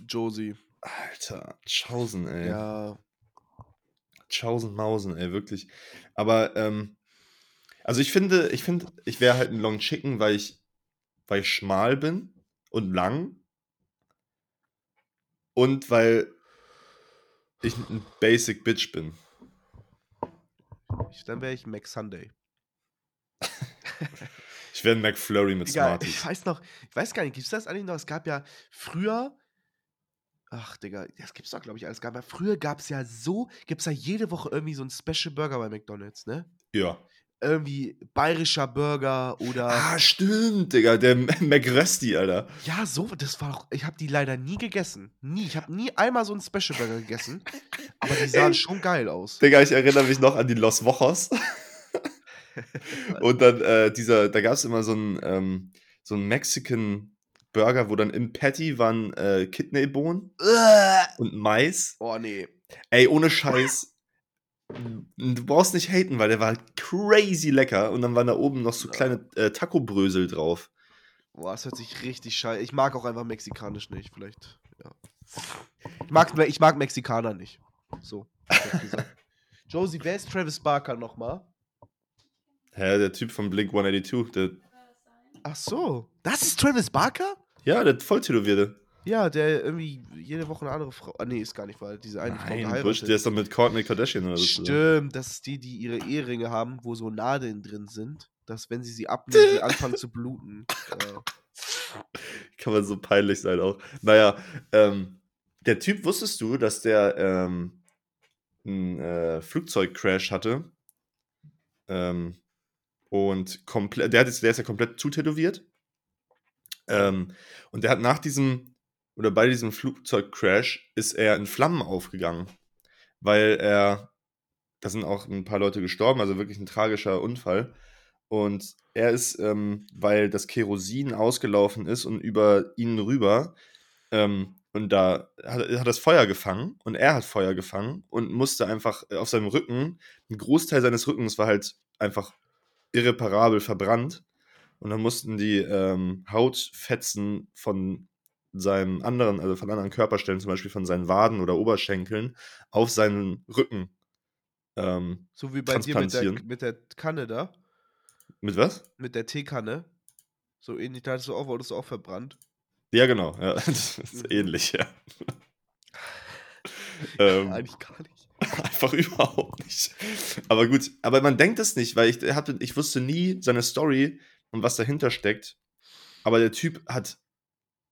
Speaker 2: Josie,
Speaker 1: Alter, Chausen, ey.
Speaker 2: ja.
Speaker 1: Chausen Mausen, ey, wirklich. Aber, ähm, also ich finde, ich finde, ich wäre halt ein Long Chicken, weil ich, weil ich schmal bin und lang. Und weil ich ein Basic Bitch bin.
Speaker 2: Ich, dann wäre ich Mac Sunday.
Speaker 1: Ich wäre ein McFlurry mit
Speaker 2: Digga,
Speaker 1: Smarties.
Speaker 2: ich weiß noch, ich weiß gar nicht, gibt's das eigentlich noch? Es gab ja früher. Ach, Digga, das gibt's doch, glaube ich, alles. Gab ja, früher gab's ja so, gibt's ja jede Woche irgendwie so einen Special Burger bei McDonalds, ne?
Speaker 1: Ja.
Speaker 2: irgendwie bayerischer Burger oder
Speaker 1: Ah, stimmt, Digga. Der McRösti, Alter.
Speaker 2: ja so das war doch, ich habe die leider nie gegessen nie ich habe nie einmal so einen Special Burger gegessen aber die sahen
Speaker 1: Ey.
Speaker 2: schon geil aus
Speaker 1: Digga, ich erinnere mich noch an die Los Wochos. Und dann äh, dieser, da gab es immer so einen, ähm, so einen Mexican Burger, wo dann im Patty waren äh, Kidneybohnen und Mais.
Speaker 2: oh nee
Speaker 1: Ey, ohne Scheiß. Du brauchst nicht haten, weil der war halt crazy lecker. Und dann waren da oben noch so
Speaker 2: Ja.
Speaker 1: kleine äh, Taco-Brösel drauf.
Speaker 2: boah das hört sich richtig scheiße ich mag auch einfach mexikanisch nicht vielleicht ja. ich mag ich mag Mexikaner nicht so ich hab gesagt. Josie wer ist Travis Barker nochmal
Speaker 1: Hä, der Typ von Blink 182, der,
Speaker 2: ach so das ist Travis Barker
Speaker 1: ja, der Volltätowierte.
Speaker 2: ja der irgendwie jede Woche eine andere Frau ah nee ist gar nicht weil diese eine Frau
Speaker 1: Nein,
Speaker 2: geheiratet
Speaker 1: Busch, der ist doch mit Kourtney Kardashian oder so. zusammen.
Speaker 2: Stimmt, das ist die, die ihre Eheringe haben, wo so Nadeln drin sind, dass wenn sie sie abnehmen, sie anfangen zu bluten. Äh, Ja.
Speaker 1: Kann man so peinlich sein auch. Naja, ähm, der Typ, wusstest du, dass der ähm, einen äh, Flugzeugcrash hatte? Ähm, und komplett, der, hat jetzt, der ist ja komplett zutätowiert. Ähm, und der hat nach diesem, oder bei diesem Flugzeugcrash ist er in Flammen aufgegangen. Weil er, da sind auch ein paar Leute gestorben, also wirklich ein tragischer Unfall. Und er ist, ähm, weil das Kerosin ausgelaufen ist und über ihn rüber, ähm, und da hat, hat das Feuer gefangen und er hat Feuer gefangen und musste einfach äh, auf seinem Rücken, ein Großteil seines Rückens war halt einfach irreparabel verbrannt. Und dann mussten die ähm, Hautfetzen von seinem anderen, also von anderen Körperstellen, zum Beispiel von seinen Waden oder Oberschenkeln, auf seinen Rücken. Ähm,
Speaker 2: So wie bei dir mit der,
Speaker 1: Transplantieren.
Speaker 2: mit der Kanne da,
Speaker 1: mit was?
Speaker 2: mit der Teekanne. So ähnlich, da hattest du auch, wurdest du auch verbrannt.
Speaker 1: Ja, genau. Ja, das ist ähnlich, ja. ähm,
Speaker 2: Eigentlich gar nicht.
Speaker 1: einfach überhaupt nicht. Aber gut, aber man denkt es nicht, weil ich, hatte, ich wusste nie seine Story und was dahinter steckt. Aber der Typ hat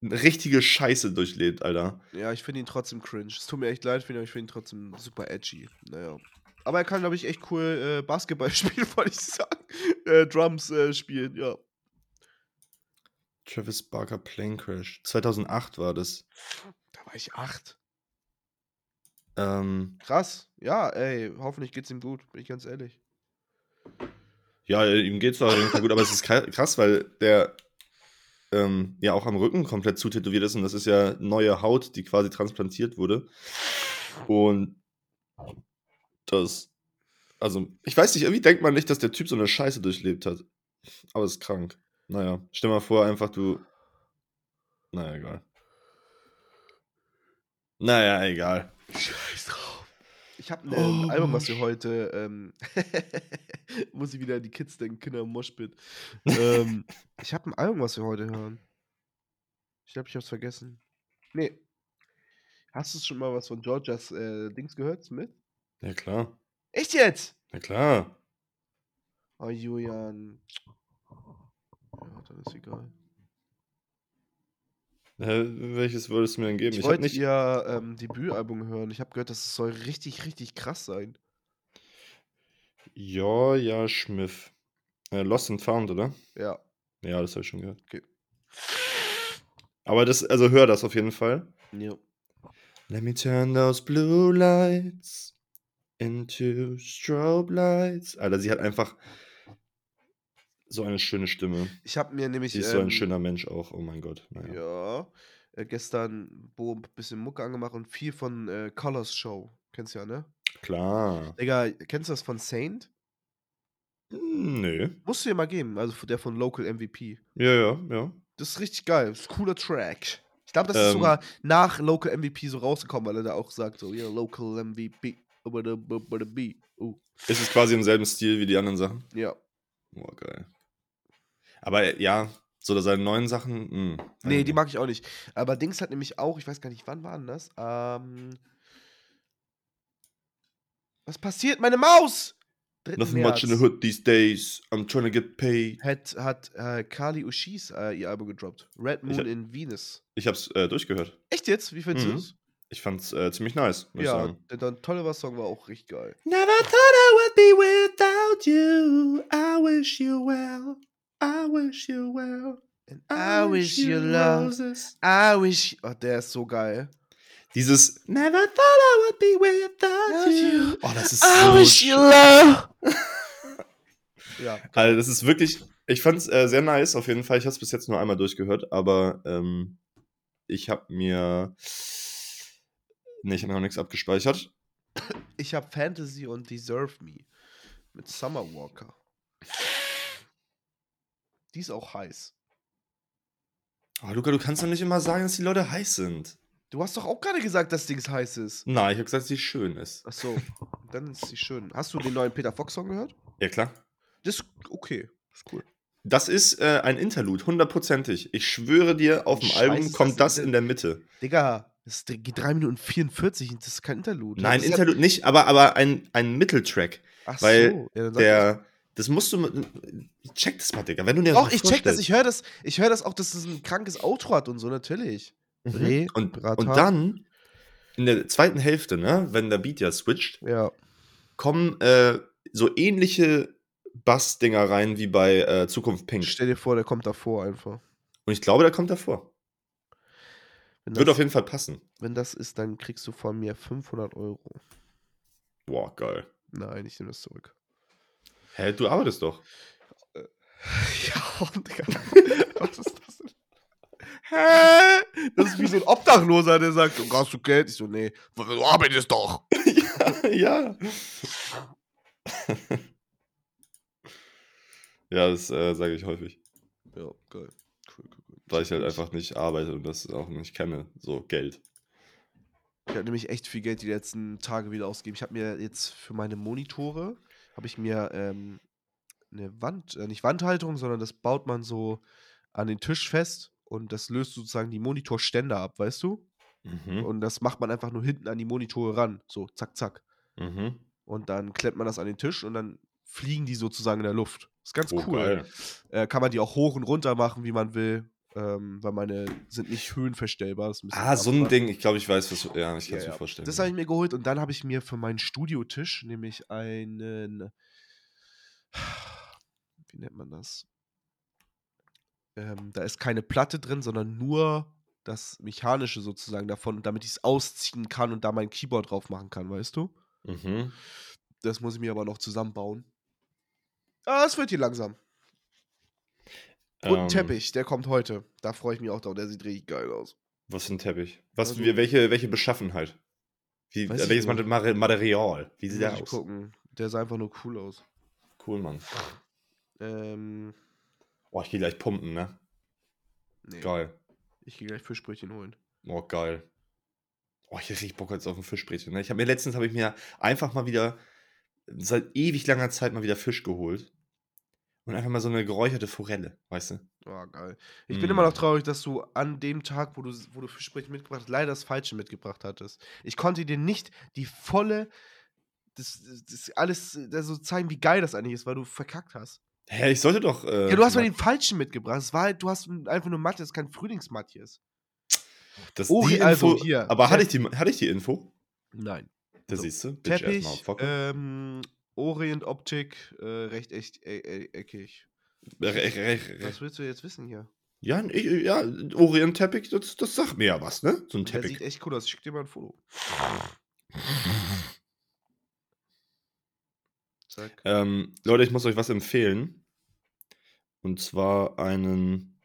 Speaker 1: eine richtige Scheiße durchlebt, Alter.
Speaker 2: Ja, ich finde ihn trotzdem cringe. Es tut mir echt leid, für ihn, aber ich finde ihn trotzdem super edgy. Naja. Aber er kann, glaube ich, echt cool äh, Basketball spielen, wollte ich sagen. Äh, Drums äh, spielen, ja.
Speaker 1: Travis Barker Plane Crash. 2008 war das.
Speaker 2: Da war ich acht.
Speaker 1: Ähm,
Speaker 2: Krass. Ja, ey, hoffentlich geht's ihm gut, bin ich ganz ehrlich.
Speaker 1: ja, ihm geht's auf jeden Fall gut, aber es ist kra- krass, weil der ähm, ja auch am Rücken komplett zutätowiert ist und das ist ja neue Haut, die quasi transplantiert wurde. Und das, also ich weiß nicht, irgendwie denkt man nicht, dass der Typ so eine Scheiße durchlebt hat. Aber ist krank. Naja, stell mal vor, einfach du. Naja, egal. Naja, egal.
Speaker 2: Scheiß drauf. Ich Ich habe ein
Speaker 1: Oh,
Speaker 2: Album, was
Speaker 1: Mosch.
Speaker 2: wir heute. Ähm, muss ich wieder an die Kids denken, Kinder im Moshpit. ähm, ich habe ein Album, was wir heute hören. Ich glaube, ich habe es vergessen. Nee. Hast du schon mal was von Georgias äh, Dings gehört, Smith?
Speaker 1: Ja, klar.
Speaker 2: Echt jetzt?
Speaker 1: Ja, klar.
Speaker 2: Oh, Julian. Ja, dann ist egal.
Speaker 1: Äh, welches würdest du mir denn geben?
Speaker 2: Ich,
Speaker 1: Ich, hab
Speaker 2: wollte
Speaker 1: nicht.
Speaker 2: ihr ähm, Debütalbum hören. Ich habe gehört, das soll richtig, richtig krass sein.
Speaker 1: Ja, ja, Schmiff. Äh, Lost and Found, oder?
Speaker 2: Ja.
Speaker 1: Ja, das habe ich schon gehört.
Speaker 2: Okay.
Speaker 1: Aber das, also hör das auf jeden Fall.
Speaker 2: ja.
Speaker 1: Let me turn those blue lights into strobe lights. Alter, sie hat einfach so eine schöne Stimme.
Speaker 2: Ich habe mir nämlich.
Speaker 1: Sie ist so ein
Speaker 2: ähm,
Speaker 1: schöner Mensch auch. Oh mein Gott. Naja.
Speaker 2: Ja. Äh, gestern Bo ein bisschen Mucke angemacht und viel von äh, Colors Show. Kennst du ja, ne?
Speaker 1: Klar.
Speaker 2: Digga, kennst du das von Saint?
Speaker 1: Hm, Nö.
Speaker 2: Musst du dir mal geben. Also der von Local MVP.
Speaker 1: Ja, ja, ja.
Speaker 2: Das ist richtig geil. Das ist ein cooler Track. Ich glaube, das ist
Speaker 1: Ähm.
Speaker 2: sogar nach Local MVP so rausgekommen, weil er da auch sagt so, yeah, Local MVP. Über the, über the beat. Oh.
Speaker 1: Ist es quasi im selben Stil wie die anderen Sachen?
Speaker 2: Ja.
Speaker 1: Boah, geil. Aber äh, ja, so da seine neuen Sachen. hm, Mh,
Speaker 2: Nee, die mag ich auch nicht. Aber Dings hat nämlich auch, ich weiß gar nicht, wann war denn das? Ähm, was passiert? Meine Maus! 3.
Speaker 1: Nothing much in the hood these days. I'm trying to get paid.
Speaker 2: Hat, hat äh, Kali Ushis äh, ihr Album gedroppt. Red Moon
Speaker 1: hab-
Speaker 2: in Venus.
Speaker 1: Ich hab's äh, durchgehört.
Speaker 2: Echt jetzt? Wie findest
Speaker 1: Mhm,
Speaker 2: du's?
Speaker 1: Ich fand's äh, ziemlich nice, muss ich
Speaker 2: Ja,
Speaker 1: sagen.
Speaker 2: der Don Tollivers Song war auch richtig geil.
Speaker 1: Never thought I would be without you. I wish you well. I wish you well.
Speaker 2: And I wish you love. I wish. Oh, der ist so geil.
Speaker 1: Dieses Never thought I would be without
Speaker 2: you.
Speaker 1: Oh, das ist
Speaker 2: I
Speaker 1: so
Speaker 2: wish
Speaker 1: schön.
Speaker 2: you love. ja,
Speaker 1: Also, das ist wirklich, ich fand es äh, sehr nice auf jeden Fall. Ich habe es bis jetzt nur einmal durchgehört, aber ähm, ich habe mir. Nee, ich habe mir noch nichts abgespeichert.
Speaker 2: ich habe Fantasy und Deserve Me mit Summer Walker. Die ist auch heiß.
Speaker 1: Oh, Luca, du kannst doch nicht immer sagen, dass die Leute heiß sind.
Speaker 2: Du hast doch auch gerade gesagt, dass Dings heiß ist.
Speaker 1: Nein, ich habe gesagt, dass sie schön ist.
Speaker 2: Ach so, dann ist sie schön. Hast du den neuen Peter Fox Song gehört?
Speaker 1: Ja, klar.
Speaker 2: Das ist okay. Das ist cool.
Speaker 1: Das ist äh, ein Interlude, hundertprozentig. Ich schwöre dir, auf dem
Speaker 2: Scheiße,
Speaker 1: Album
Speaker 2: ist
Speaker 1: kommt
Speaker 2: das
Speaker 1: das in der Mitte.
Speaker 2: Digga, es geht 3 Minuten 44, das ist kein Interlude.
Speaker 1: Nein,
Speaker 2: Das ist ja-
Speaker 1: Interlude nicht, aber, aber ein, ein Mitteltrack.
Speaker 2: Ach
Speaker 1: weil
Speaker 2: so. Ja, dann sag das.
Speaker 1: Der, das musst du. mit- Check das mal, Digga. Wenn du dir
Speaker 2: Doch,
Speaker 1: das
Speaker 2: ich check das,
Speaker 1: vorstellst.
Speaker 2: ich höre das, ich höre das auch, dass es ein krankes Outro hat und so, natürlich.
Speaker 1: Mhm.
Speaker 2: Re-
Speaker 1: Und,
Speaker 2: Rata.
Speaker 1: und dann, in der zweiten Hälfte, ne, wenn der Beat ja switcht,
Speaker 2: Ja.
Speaker 1: kommen äh, so ähnliche Bass-Dinger rein wie bei äh, Zukunft Pink.
Speaker 2: Stell dir vor, der kommt davor einfach.
Speaker 1: Und ich glaube, da kommt er vor.
Speaker 2: Wenn
Speaker 1: Wird
Speaker 2: das-
Speaker 1: auf jeden Fall passen.
Speaker 2: Wenn das ist, dann kriegst du von mir 500 Euro.
Speaker 1: Boah, geil.
Speaker 2: Nein, ich nehme das zurück.
Speaker 1: Hä, du arbeitest doch.
Speaker 2: ja, Digga. Was ist das denn? Hä? Das ist wie so ein Obdachloser, der sagt, oh, hast du Geld? Ich so, nee, du arbeitest doch.
Speaker 1: ja. ja, das äh, sage ich häufig.
Speaker 2: Ja, geil. Cool, cool, cool.
Speaker 1: Weil ich halt einfach nicht arbeite und das auch nicht kenne. So, Geld.
Speaker 2: Ich habe nämlich echt viel Geld die letzten Tage wieder ausgegeben. Ich habe mir jetzt für meine Monitore, habe ich mir ähm, eine Wand, äh, nicht Wandhaltung, sondern das baut man so an den Tisch fest und das löst sozusagen die Monitorständer ab, weißt du?
Speaker 1: Mhm.
Speaker 2: Und das macht man einfach nur hinten an die Monitore ran. So, zack, zack.
Speaker 1: Mhm.
Speaker 2: Und dann klemmt man das an den Tisch und dann fliegen die sozusagen in der Luft. Ist ganz
Speaker 1: Oh,
Speaker 2: cool.
Speaker 1: geil.
Speaker 2: Äh, kann man die auch hoch und runter machen, wie man will. Ähm, weil meine sind nicht höhenverstellbar. Das ist bisschen
Speaker 1: Ah, so ein
Speaker 2: abgefuckt.
Speaker 1: Ding. Ich glaube, ich weiß, was du. Ja, ich kann es
Speaker 2: Ja,
Speaker 1: mir
Speaker 2: ja.
Speaker 1: vorstellen.
Speaker 2: Das habe ich mir geholt und dann habe ich mir für meinen Studiotisch nämlich einen. Wie nennt man das? Ähm, da ist keine Platte drin, sondern nur das Mechanische sozusagen davon, damit ich es ausziehen kann und da mein Keyboard drauf machen kann, weißt du?
Speaker 1: Mhm.
Speaker 2: Das muss ich mir aber noch zusammenbauen. Ah, es wird hier langsam. Und
Speaker 1: Ähm,
Speaker 2: Teppich, der kommt heute. Da freue ich mich auch drauf. Der sieht richtig geil aus.
Speaker 1: Was für ein Teppich? Was,
Speaker 2: Also-
Speaker 1: wir, welche, welche Beschaffenheit? Wie, äh,
Speaker 2: Weiß ich
Speaker 1: welches
Speaker 2: nicht.
Speaker 1: Mater- Material? Wie sieht
Speaker 2: Muss
Speaker 1: der
Speaker 2: ich
Speaker 1: aus?
Speaker 2: gucken. Der sah einfach nur cool aus.
Speaker 1: Cool, Mann.
Speaker 2: Ähm,
Speaker 1: Oh, ich gehe gleich pumpen, ne?
Speaker 2: nee.
Speaker 1: Geil.
Speaker 2: Ich gehe gleich Fischbrötchen holen.
Speaker 1: Oh, geil. Oh, ich hätte richtig Bock jetzt auf ein Fischbrötchen. Ne? Ich habe mir letztens habe ich mir einfach mal wieder seit ewig langer Zeit mal wieder Fisch geholt und einfach mal so eine geräucherte Forelle, weißt du?
Speaker 2: Oh, geil. Ich bin
Speaker 1: Mm.
Speaker 2: immer noch traurig, dass du an dem Tag, wo du, wo du Fischbrötchen mitgebracht hast, leider das Falsche mitgebracht hattest. Ich konnte dir nicht die volle, das, das- das alles äh, so zeigen, wie geil das eigentlich ist, weil du verkackt hast.
Speaker 1: Hä, ich sollte doch. äh,
Speaker 2: Ja, du hast mal den Falschen mitgebracht. Es war halt, du hast einfach nur Mathe, das ist kein Frühlingsmathe ist.
Speaker 1: das, die
Speaker 2: Ori,
Speaker 1: Info,
Speaker 2: also hier.
Speaker 1: Aber hatte ich, die, hatte ich die Info?
Speaker 2: Nein.
Speaker 1: Da
Speaker 2: So.
Speaker 1: siehst du. Bitch erstmal
Speaker 2: Teppich,
Speaker 1: abfucken.
Speaker 2: ähm, Orientoptik, äh, recht echt e e eckig.
Speaker 1: Re- re- re-
Speaker 2: Was willst du jetzt wissen hier?
Speaker 1: Ja, ich, ja Orient-Teppich, das, das sagt mir ja was, ne? So ein
Speaker 2: Der sieht
Speaker 1: Teppich.
Speaker 2: echt cool aus. Ich schick dir mal ein Foto. Zack.
Speaker 1: Ähm, Leute, ich muss euch was empfehlen. Und zwar einen,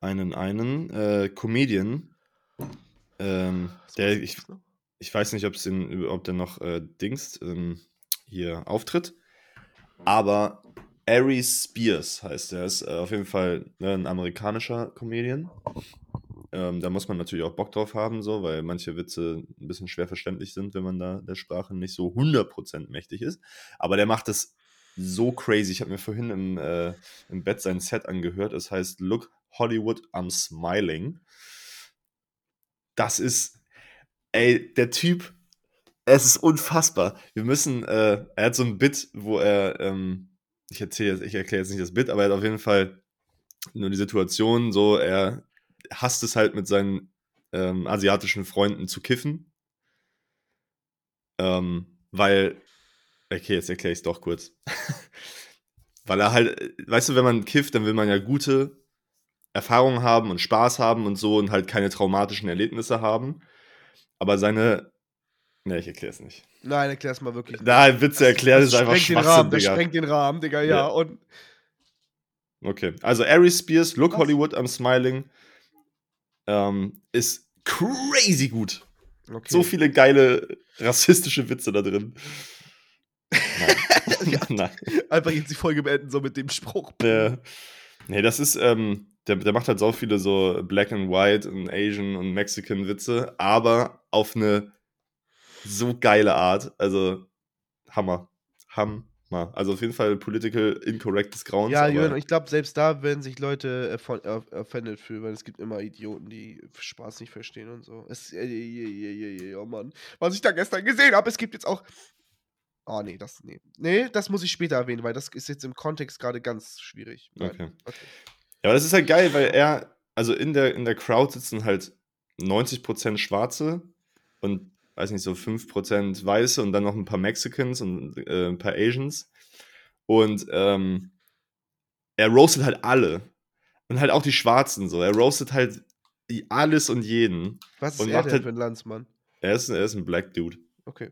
Speaker 1: einen, einen äh, Comedian. Ähm, der, ich, ich weiß nicht, ob's den, ob der noch äh, Dings ähm, hier auftritt. Aber Ari Spears heißt er. Ist äh, auf jeden Fall ne, ein amerikanischer Comedian. Ähm, da muss man natürlich auch Bock drauf haben, so, weil manche Witze ein bisschen schwer verständlich sind, wenn man da der Sprache nicht so 100% mächtig ist. Aber der macht es so crazy. Ich habe mir vorhin im, äh, im Bett sein Set angehört. Es heißt Look Hollywood, I'm Smiling. Das ist, ey, der Typ, es ist unfassbar. Wir müssen, äh, er hat so ein Bit, wo er, ähm, ich erzähle jetzt, ich erkläre jetzt nicht das Bit, aber er hat auf jeden Fall nur die Situation, so, er hasst es halt mit seinen ähm, asiatischen Freunden zu kiffen. Ähm, weil Okay, jetzt erkläre ich es doch kurz. Weil er halt, äh, weißt du, wenn man kifft, dann will man ja gute Erfahrungen haben und Spaß haben und so und halt keine traumatischen Erlebnisse haben. Aber seine. Ne, ich erkläre es nicht.
Speaker 2: Nein, erklär's mal wirklich.
Speaker 1: Da Witze erklärt ist einfach
Speaker 2: den Rahmen,
Speaker 1: Schwachsinn,
Speaker 2: das
Speaker 1: Digga.
Speaker 2: sprengt den Rahmen, Digga, ja.
Speaker 1: Ja.
Speaker 2: Und
Speaker 1: Okay, also Ari Spears, Look
Speaker 2: Was?
Speaker 1: Hollywood, I'm Smiling ähm, ist crazy gut.
Speaker 2: okay.
Speaker 1: So viele geile rassistische Witze da drin. Nein. Nein.
Speaker 2: einfach jetzt die Folge beenden, so mit dem Spruch.
Speaker 1: Der, nee, das ist, ähm, der, der macht halt so viele so Black and White und Asian und Mexican Witze, aber auf eine so geile Art. Also, Hammer. Hammer. Also auf jeden Fall political incorrect des Grauens.
Speaker 2: ja,
Speaker 1: aber-
Speaker 2: Jürgen, ich glaube, selbst da werden sich Leute äh, von, äh, offended fühlen, weil es gibt immer Idioten, die Spaß nicht verstehen und so. Es, äh, je, je, je, je, oh Mann. Was ich da gestern gesehen habe, es gibt jetzt auch. Oh nee, das. Nee. Nee, das muss ich später erwähnen, weil das ist jetzt im Kontext gerade ganz schwierig. Nein.
Speaker 1: Okay.
Speaker 2: Okay.
Speaker 1: Ja, aber das ist halt geil, weil er, also in der, in der Crowd sitzen halt 90% Schwarze und, weiß nicht, so 5% Weiße und dann noch ein paar Mexicans und äh, ein paar Asians. Und ähm, er roastet halt alle. Und halt auch die Schwarzen so. Er roastet halt i- alles und jeden.
Speaker 2: Was ist
Speaker 1: Und
Speaker 2: er
Speaker 1: macht
Speaker 2: denn
Speaker 1: halt-
Speaker 2: für ein Landsmann?
Speaker 1: Er ist, er ist ein Black Dude.
Speaker 2: Okay.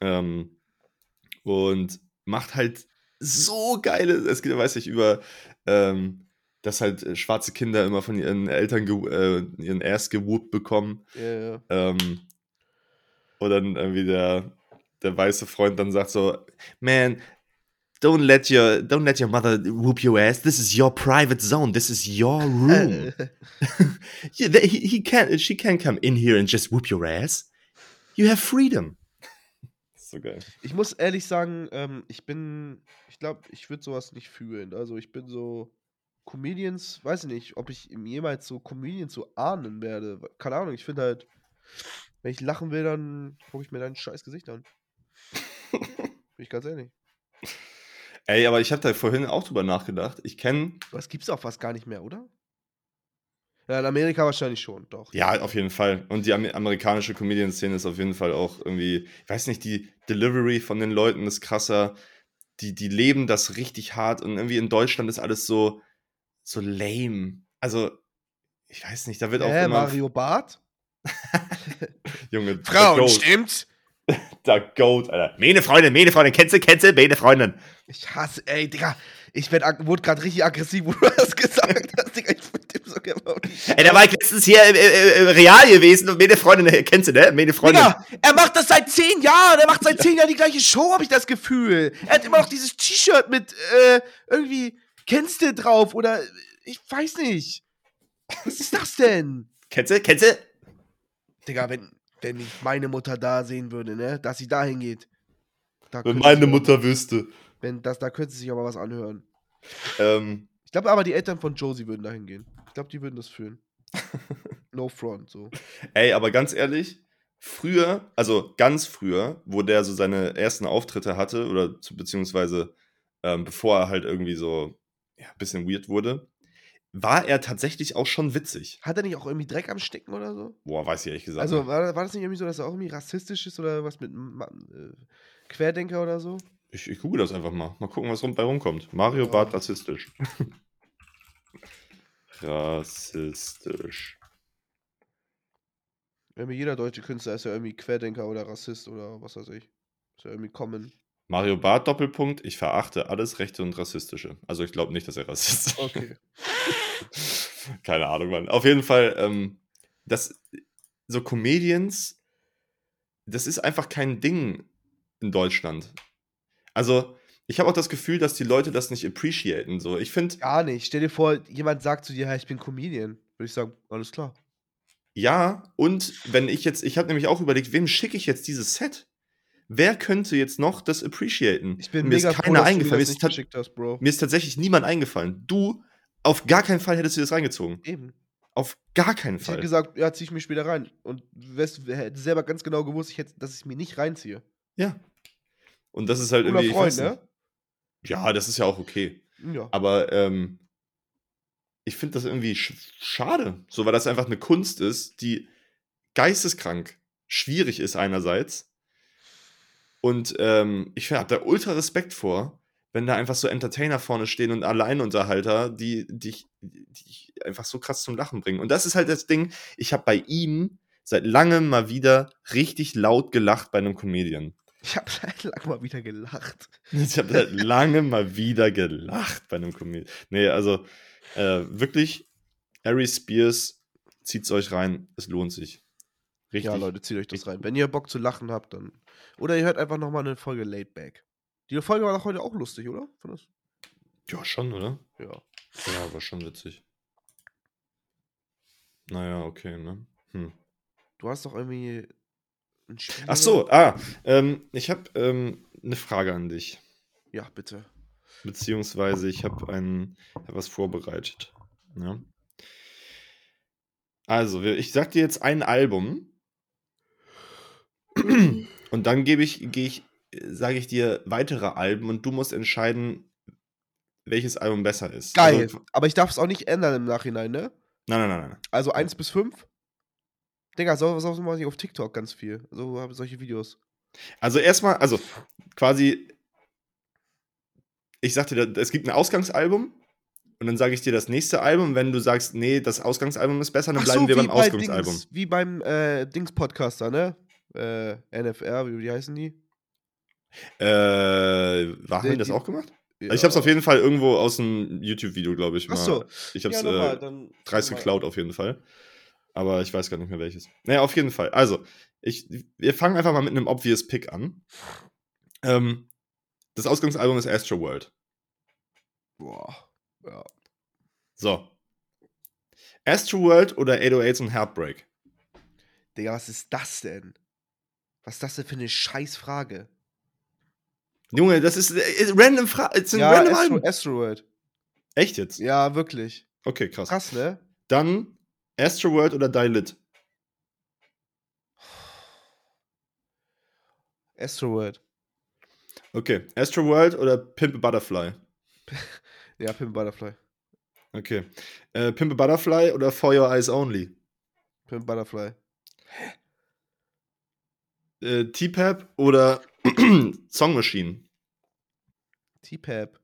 Speaker 1: Ähm, und macht halt so geile, es geht, ja, weiß ich, über, ähm, dass halt äh, schwarze Kinder immer von ihren Eltern ge äh, ihren Ass gewoopt bekommen.
Speaker 2: Ja, ja.
Speaker 1: Ähm, und dann irgendwie der, der weiße Freund dann sagt so, man, don't let your, don't let your mother whoop your ass. This is your private zone. This is your
Speaker 2: Äh,
Speaker 1: room. Yeah, they- he, he can, she can come in here and just whoop your ass. You have freedom. So geil.
Speaker 2: Ich muss ehrlich sagen, ähm, ich bin, ich glaube, ich würde sowas nicht fühlen. Also ich bin so Comedians, weiß ich nicht, ob ich ihm jemals so Comedians so ahnen werde. Keine Ahnung, ich finde halt, wenn ich lachen will, dann gucke ich mir dein scheiß Gesicht an. bin ich ganz ehrlich.
Speaker 1: Ey, aber ich habe da vorhin auch drüber nachgedacht. Ich kenne,
Speaker 2: Was gibt's auch fast gar nicht mehr, oder? Ja, in Amerika wahrscheinlich schon, doch.
Speaker 1: ja, auf jeden Fall. Und die Amer- amerikanische Comedian-Szene ist auf jeden Fall auch irgendwie, ich weiß nicht, die Delivery von den Leuten ist krasser. Die, die leben das richtig hart und irgendwie in Deutschland ist alles so, so lame. Also, ich weiß nicht, da wird auch
Speaker 2: Hä,
Speaker 1: immer.
Speaker 2: Mario Barth?
Speaker 1: Junge,
Speaker 2: Frauen,
Speaker 1: da Goat,
Speaker 2: stimmt's?
Speaker 1: da Goat, Alter. Mene Freundin, Mene Freundin, kennst du, kennst du, Mene Freundin.
Speaker 2: Ich hasse, ey, Digga, ich werd, ag- wurde gerade richtig aggressiv, wo du das gesagt hast, Digga, ich würde dem so gerne auf die
Speaker 1: Ey, da war ich letztens hier im, im, im Real gewesen und Mene Freundin, äh, kennst du, ne? Mene Freundin.
Speaker 2: Digga, er macht das seit zehn Jahren. Er macht seit zehn Jahren die gleiche Show, habe ich das Gefühl. Er hat immer noch dieses T-Shirt mit äh, irgendwie kennst du drauf oder ich weiß nicht. Was ist das denn?
Speaker 1: Kennst du, kennst du?
Speaker 2: Digga, wenn Wenn ich meine Mutter da sehen würde, ne? Dass sie dahin geht. Da
Speaker 1: Wenn
Speaker 2: könnte
Speaker 1: meine
Speaker 2: sich-
Speaker 1: Mutter wüsste.
Speaker 2: Wenn das, da könnte sie sich aber was anhören.
Speaker 1: Ähm,
Speaker 2: Ich glaube aber, die Eltern von Josie würden dahin gehen. Ich glaube, die würden das fühlen. no front, so.
Speaker 1: Ey, aber ganz ehrlich, früher, also ganz früher, wo der so seine ersten Auftritte hatte, oder zu- beziehungsweise ähm, bevor er halt irgendwie so ja, ein bisschen weird wurde, war er tatsächlich auch schon witzig.
Speaker 2: Hat er nicht auch irgendwie Dreck am Stecken oder so?
Speaker 1: Boah, weiß ich ehrlich gesagt.
Speaker 2: Also
Speaker 1: nicht.
Speaker 2: war, war das nicht irgendwie so, dass er auch irgendwie rassistisch ist oder was mit Ma äh, Querdenker oder so?
Speaker 1: ich, ich google das einfach mal. Mal gucken, was rum bei rumkommt. Mario
Speaker 2: Ja.
Speaker 1: Bart rassistisch. rassistisch.
Speaker 2: Irgendwie jeder deutsche Künstler ist ja irgendwie Querdenker oder Rassist oder was weiß ich. Ist ja irgendwie common.
Speaker 1: Mario Bart Doppelpunkt, ich verachte alles Rechte und Rassistische. Also ich glaube nicht, dass er Rassist ist.
Speaker 2: Okay.
Speaker 1: Keine Ahnung, Mann. Auf jeden Fall, ähm, das, so Comedians, das ist einfach kein Ding in Deutschland. Also, ich habe auch das Gefühl, dass die Leute das nicht appreciaten. So, ich finde,
Speaker 2: Gar nicht. Stell dir vor, jemand sagt zu dir, hey, ich bin Comedian. Würde ich sagen, alles klar.
Speaker 1: ja, und wenn ich jetzt, ich habe nämlich auch überlegt, wem schicke ich jetzt dieses Set? Wer könnte jetzt noch das appreciaten?
Speaker 2: Ich bin
Speaker 1: mir
Speaker 2: mega
Speaker 1: ist keiner
Speaker 2: dass du mir
Speaker 1: eingefallen. Mir
Speaker 2: das
Speaker 1: ist,
Speaker 2: nicht
Speaker 1: tat-
Speaker 2: geschickt hast, Bro.
Speaker 1: mir ist tatsächlich niemand eingefallen. Du, auf gar keinen Fall hättest du das reingezogen.
Speaker 2: Eben.
Speaker 1: Auf gar keinen
Speaker 2: Ich hätte
Speaker 1: Fall.
Speaker 2: gesagt, ja, zieh ich mich später rein. Und wärst, hätte selber ganz genau gewusst, ich hätte, dass ich es mir nicht reinziehe.
Speaker 1: Ja. Und das ist halt
Speaker 2: Oder
Speaker 1: irgendwie. ich
Speaker 2: Freund,
Speaker 1: weiß nicht.
Speaker 2: ne?
Speaker 1: Ja, das ist ja auch okay.
Speaker 2: Ja.
Speaker 1: Aber ähm, ich finde das irgendwie sch schade, so weil das einfach eine Kunst ist, die geisteskrank schwierig ist einerseits. Und ähm, ich habe da ultra Respekt vor, wenn da einfach so Entertainer vorne stehen und Alleinunterhalter, die dich die, dich einfach so krass zum Lachen bringen. Und das ist halt das Ding, ich habe bei ihm seit langem mal wieder richtig laut gelacht bei einem Comedian.
Speaker 2: Ich habe seit lang mal wieder gelacht.
Speaker 1: Ich habe seit langem mal wieder gelacht bei einem Comedian. Nee, also äh, wirklich, Harry Spears, zieht's euch rein, es lohnt sich. Richtig.
Speaker 2: Ja, Leute, zieht euch das rein. Wenn ihr Bock zu lachen habt, dann. Oder ihr hört einfach nochmal eine Folge Late Back. Die Folge war doch heute auch lustig, oder? Von uns?
Speaker 1: Ja, schon, oder?
Speaker 2: Ja.
Speaker 1: Ja, war schon witzig. Naja, okay, ne? Hm.
Speaker 2: Du hast doch irgendwie ein Spiel.
Speaker 1: Ach so, ah, ähm, ich habe ähm, eine Frage an dich.
Speaker 2: Ja, bitte.
Speaker 1: Beziehungsweise ich habe ein hab was vorbereitet. Ja. Also, wir- ich sag dir jetzt ein Album. Und dann gebe ich, gehe ich, sage ich dir weitere Alben und du musst entscheiden, welches Album besser ist.
Speaker 2: Geil.
Speaker 1: Also,
Speaker 2: Aber ich darf es auch nicht ändern im Nachhinein, ne?
Speaker 1: nein, nein, nein, nein.
Speaker 2: Also 1 bis 5. Digga, so was mache ich auf TikTok ganz viel. So habe solche Videos.
Speaker 1: Also erstmal, also quasi, ich sagte, es gibt ein Ausgangsalbum und dann sage ich dir das nächste Album. Wenn du sagst, nee, das Ausgangsalbum ist besser, dann
Speaker 2: Ach
Speaker 1: bleiben wir
Speaker 2: wie
Speaker 1: beim
Speaker 2: bei
Speaker 1: Ausgangsalbum.
Speaker 2: Dings, wie beim äh, Dings-Podcaster, ne? Äh, NFR, wie, wie heißen die?
Speaker 1: Äh, haben
Speaker 2: Nee,
Speaker 1: wir das
Speaker 2: die-
Speaker 1: auch gemacht? Ich hab's auf jeden Fall irgendwo aus dem YouTube-Video, glaube ich, mal.
Speaker 2: Fall. Achso,
Speaker 1: Ich hab's äh,
Speaker 2: dann.
Speaker 1: dreist
Speaker 2: nochmal.
Speaker 1: geklaut auf jeden Fall. Aber ich weiß gar nicht mehr welches. Naja, auf jeden Fall. Also, ich, wir fangen einfach mal mit einem obvious Pick an. Ähm, das Ausgangsalbum ist Astro World.
Speaker 2: Boah. Ja.
Speaker 1: So. Astroworld oder 808s und Heartbreak?
Speaker 2: Digga, was ist das denn? Was ist das denn für eine Scheißfrage?
Speaker 1: Junge, das ist, äh, random Fra es sind random
Speaker 2: Astro
Speaker 1: Alben.
Speaker 2: Asteroid.
Speaker 1: Echt jetzt?
Speaker 2: Ja, wirklich.
Speaker 1: Okay, krass.
Speaker 2: Krass, ne?
Speaker 1: Dann Astroworld oder Dilit?
Speaker 2: Asteroid.
Speaker 1: Okay, Astroworld oder Pimp a Butterfly?
Speaker 2: Ja, Pimp Butterfly.
Speaker 1: Okay. Äh, Pimp a Butterfly oder For Your Eyes Only?
Speaker 2: Pimp Butterfly.
Speaker 1: Äh, T-Pap oder Song Machine?
Speaker 2: T-Pap.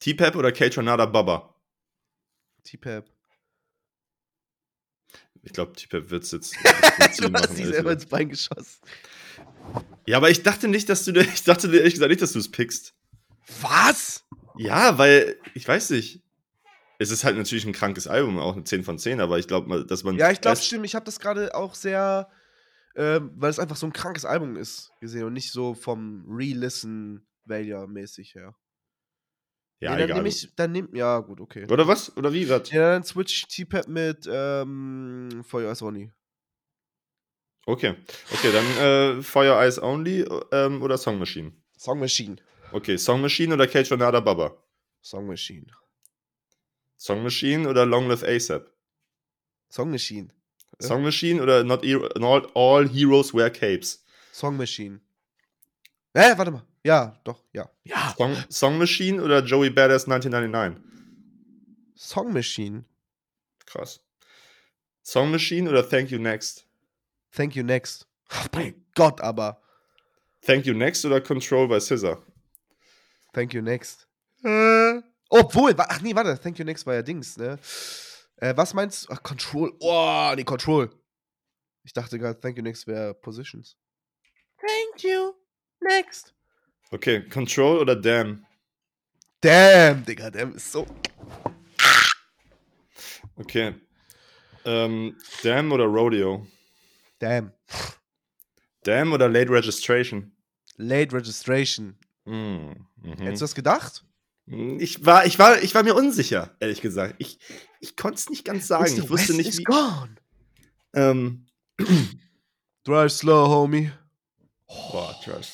Speaker 1: T-Pap oder K-Tronada Baba?
Speaker 2: T-Pap.
Speaker 1: Ich glaube, T-Pap wird's jetzt.
Speaker 2: Du hast dich selber ins Bein geschossen.
Speaker 1: ja, aber ich dachte nicht, dass du, ich dachte ehrlich gesagt nicht, dass du es pickst.
Speaker 2: Was?
Speaker 1: Ja, weil, ich weiß nicht. Es ist halt natürlich ein krankes Album, auch eine 10 von 10, aber ich glaube, dass man.
Speaker 2: Ja, ich glaube,
Speaker 1: erst-
Speaker 2: stimmt. Ich habe das gerade auch sehr, ähm, weil es einfach so ein krankes Album ist, gesehen und nicht so vom Re-Listen-Value-mäßig her.
Speaker 1: Ja,
Speaker 2: nee, dann
Speaker 1: egal.
Speaker 2: nehm ich, dann nehm, ja, gut, okay.
Speaker 1: Oder was? Oder wie? Was?
Speaker 2: Ja, dann switch T-Pad mit ähm, For Your Eyes Only.
Speaker 1: Okay. Okay, dann äh, Fire Eyes Only ähm, oder Song Machine.
Speaker 2: Song Machine.
Speaker 1: Okay, Song Machine oder Cage Renata Baba?
Speaker 2: Song Machine.
Speaker 1: Song Machine oder Long Live ASAP?
Speaker 2: Song Machine. Ja.
Speaker 1: Song Machine oder not, Hero- not All Heroes Wear Capes?
Speaker 2: Song Machine. Hä, warte mal. Ja, doch, ja. Ja.
Speaker 1: Song, Song Machine oder Joey Badass 1999?
Speaker 2: Song Machine.
Speaker 1: Krass. Song Machine oder Thank You Next?
Speaker 2: Thank you next. Ach, mein Gott, aber.
Speaker 1: Thank You Next oder Control by Scissor?
Speaker 2: Thank you next. Äh, obwohl, wa- ach nee, warte, thank you next war ja Dings, ne? Äh, was meinst du? Ach, Control. Oh, nee, Control. Ich dachte gerade, thank you next wäre Positions. Thank you next.
Speaker 1: Okay, Control oder Damn?
Speaker 2: Damn, Digga, damn ist so.
Speaker 1: Okay. Ähm, Damn oder Rodeo?
Speaker 2: Damn.
Speaker 1: Damn oder Late Registration?
Speaker 2: Late Registration.
Speaker 1: Mm, mhm. Mm.
Speaker 2: Hättest du das gedacht?
Speaker 1: Ich war, ich, war, ich war mir unsicher, ehrlich gesagt. Ich, ich konnte es nicht ganz sagen.
Speaker 2: Mr.
Speaker 1: Ich wusste
Speaker 2: West
Speaker 1: nicht,
Speaker 2: is
Speaker 1: wie.
Speaker 2: gone.
Speaker 1: Ähm,
Speaker 2: Drive slow, homie.
Speaker 1: boah, Trash.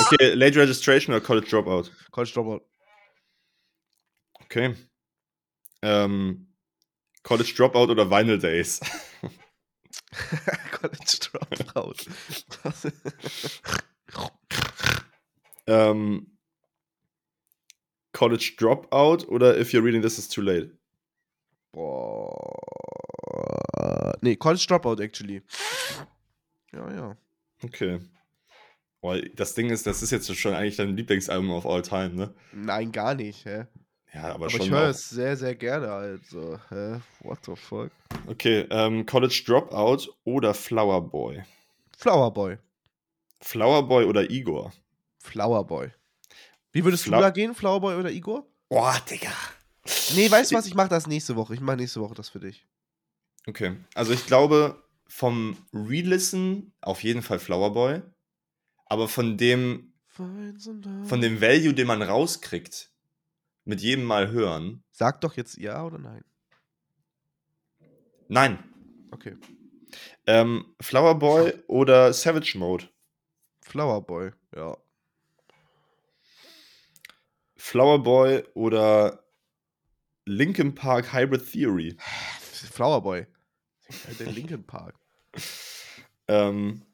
Speaker 1: okay, Late Registration oder College Dropout?
Speaker 2: College Dropout.
Speaker 1: Okay. Ähm, College Dropout oder Vinyl Days?
Speaker 2: College Dropout.
Speaker 1: Ähm, College Dropout oder If You're Reading This Is Too Late?
Speaker 2: Boah. Nee, College Dropout, actually. Ja, ja.
Speaker 1: Okay. Weil das Ding ist, das ist jetzt schon eigentlich dein Lieblingsalbum of all time, ne?
Speaker 2: Nein, gar nicht, hä?
Speaker 1: Ja, aber,
Speaker 2: Aber
Speaker 1: schon.
Speaker 2: ich höre
Speaker 1: auch-
Speaker 2: es sehr, sehr gerne, also. Hä? What the fuck?
Speaker 1: Okay, ähm, College Dropout oder Flower Boy?
Speaker 2: Flower Boy.
Speaker 1: Flower Boy oder Igor?
Speaker 2: Flower Boy. Wie würdest
Speaker 1: Fla-
Speaker 2: du da gehen, Flower Boy oder Igor?
Speaker 1: Boah, Digga.
Speaker 2: Nee, weißt du was? Ich mache das nächste Woche. Ich mache nächste Woche das für dich.
Speaker 1: Okay, also ich glaube, vom Re-Listen auf jeden Fall Flower Boy. Aber von dem, von dem Value, den man rauskriegt, mit jedem Mal hören.
Speaker 2: Sag doch jetzt ja oder nein.
Speaker 1: Nein.
Speaker 2: Okay.
Speaker 1: Ähm, Flower Boy oder Savage Mode?
Speaker 2: Flower Boy. Ja.
Speaker 1: Flower Boy oder Linkin Park Hybrid Theory?
Speaker 2: Flower Boy. Der Halt Linkin Park.
Speaker 1: Ähm,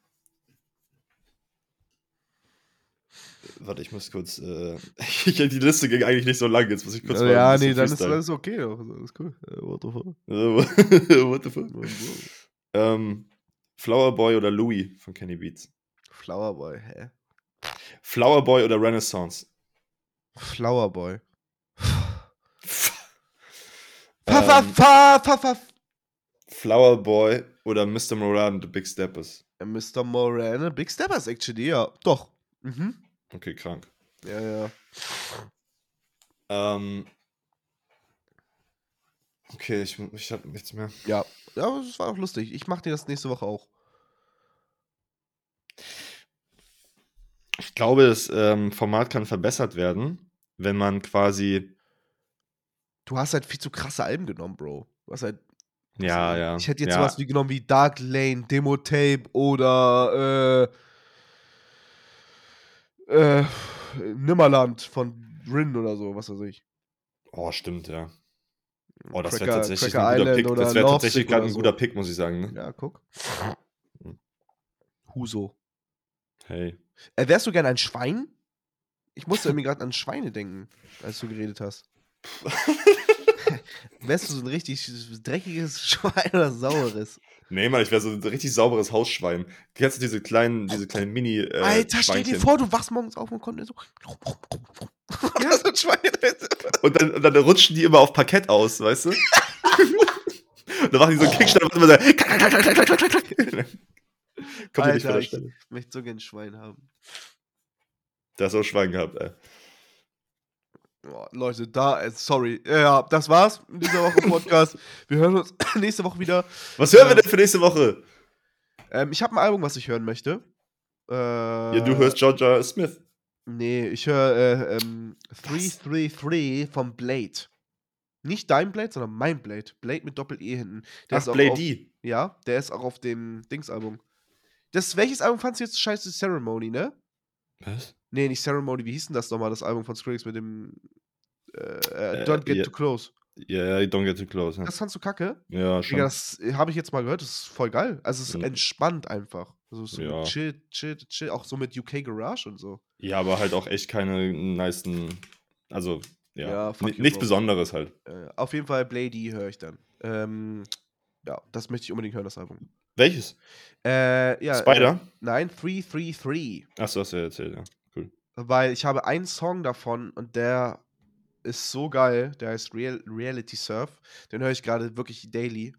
Speaker 1: warte, ich muss kurz. Äh, ich, die Liste ging eigentlich nicht so lang, jetzt muss ich kurz. mal ein
Speaker 2: ja,
Speaker 1: bisschen
Speaker 2: nee, dann ist
Speaker 1: freestylen.
Speaker 2: alles okay. doch. Alles cool. Äh, What the fuck?
Speaker 1: What the fuck?
Speaker 2: Wow.
Speaker 1: Ähm, Flower Boy oder Louis von Kenny Beats?
Speaker 2: Flower Boy, hä?
Speaker 1: Flower Boy oder Renaissance?
Speaker 2: Flower Boy.
Speaker 1: Ähm,
Speaker 2: Fa, fa, fa, fa, fa.
Speaker 1: Flower Boy oder Mr. Moran The Big Steppers?
Speaker 2: Mr. Moran, Big Steppers actually, ja. Doch. Mhm.
Speaker 1: Okay, krank.
Speaker 2: Ja, ja.
Speaker 1: Ähm, okay, ich, ich hab nichts mehr.
Speaker 2: Ja. Ja, aber das war auch lustig. Ich mach dir das nächste Woche auch.
Speaker 1: Ich glaube, das ähm, Format kann verbessert werden, wenn man quasi.
Speaker 2: Du hast halt viel zu krasse Alben genommen, Bro. Du hast halt.
Speaker 1: Ja, ja.
Speaker 2: Ich hätte jetzt
Speaker 1: ja.
Speaker 2: sowas wie genommen wie Dark Lane, Demo Tape oder äh, äh, Nimmerland von Rin oder so, was weiß ich.
Speaker 1: Oh, stimmt, ja. Oh, das wäre
Speaker 2: Cracker-
Speaker 1: tatsächlich
Speaker 2: Cracker
Speaker 1: ein guter
Speaker 2: Island
Speaker 1: Pick.
Speaker 2: oder
Speaker 1: Das wäre
Speaker 2: Lovesick
Speaker 1: tatsächlich gerade
Speaker 2: oder
Speaker 1: ein
Speaker 2: so.
Speaker 1: guter Pick, muss ich sagen. Ne?
Speaker 2: Ja, guck. Huso.
Speaker 1: Hey.
Speaker 2: Äh, wärst du gern ein Schwein? Ich musste irgendwie gerade an Schweine denken, als du geredet hast. wärst du so ein richtig dreckiges Schwein oder saures?
Speaker 1: Nee, Mann, ich wäre so ein richtig sauberes Hausschwein. Kennst du diese kleinen, diese kleinen Mini. Äh,
Speaker 2: Alter, stell dir
Speaker 1: Schweinchen?
Speaker 2: vor, du wachst morgens auf und kommst so. Ja, so ein Schwein.
Speaker 1: Und dann, und dann rutschen die immer auf Parkett aus, weißt du? und dann machen die so
Speaker 2: Oh.
Speaker 1: einen Kickstand und machen immer so. klack, klack, klack, klack, klack, klack, klack. Kommt ja nicht von
Speaker 2: Alter,
Speaker 1: der
Speaker 2: ich
Speaker 1: Stelle.
Speaker 2: möchte so gern ein Schwein haben.
Speaker 1: Da hast du auch Schwein gehabt, ey.
Speaker 2: Boah, Leute, da, äh, sorry. Ja, das war's mit dieser Woche Podcast. Wir hören uns nächste Woche wieder.
Speaker 1: Was hören wir
Speaker 2: Ja.
Speaker 1: denn für nächste Woche?
Speaker 2: Ähm, ich habe ein Album, was ich hören möchte. Äh,
Speaker 1: Ja, du hörst Georgia Smith.
Speaker 2: Nee, ich höre äh, ähm,
Speaker 1: Was?
Speaker 2: 333 vom Blade. Nicht dein Blade, sondern mein Blade. Blade mit Doppel-E hinten. Der
Speaker 1: Ach,
Speaker 2: ist auch
Speaker 1: Play
Speaker 2: auf,
Speaker 1: D.
Speaker 2: Ja, der ist auch auf dem Dings-Album. Das, welches Album fandst du jetzt scheiße? Ceremony, ne?
Speaker 1: Was?
Speaker 2: Nee, nicht Ceremony, wie hieß denn das nochmal, das Album von Skrillex mit dem äh, äh,
Speaker 1: Äh,
Speaker 2: Don't Get
Speaker 1: ja.
Speaker 2: Too Close.
Speaker 1: Ja, yeah, don't get too close. Ne?
Speaker 2: Das fandst du kacke?
Speaker 1: Ja, schon.
Speaker 2: Digga, das habe ich jetzt mal gehört, das ist voll geil. Also es ist
Speaker 1: Ja.
Speaker 2: entspannt einfach. Also es ist so
Speaker 1: Ja.
Speaker 2: chill, chill, chill, auch so mit UK Garage und so.
Speaker 1: ja, aber halt auch echt keine nicen. Also, ja.
Speaker 2: Ja, fuck
Speaker 1: Ni-
Speaker 2: you,
Speaker 1: nichts
Speaker 2: Bro.
Speaker 1: Besonderes halt.
Speaker 2: Äh, auf jeden Fall Blady höre ich dann. Ähm, ja, das möchte ich unbedingt hören, das Album.
Speaker 1: Welches?
Speaker 2: Äh, ja, Äh,
Speaker 1: Spider?
Speaker 2: nein, 333.
Speaker 1: Achso, hast du ja erzählt, ja.
Speaker 2: Weil ich habe einen Song davon und der ist so geil. Der heißt Real Reality Surf. Den höre ich gerade wirklich daily.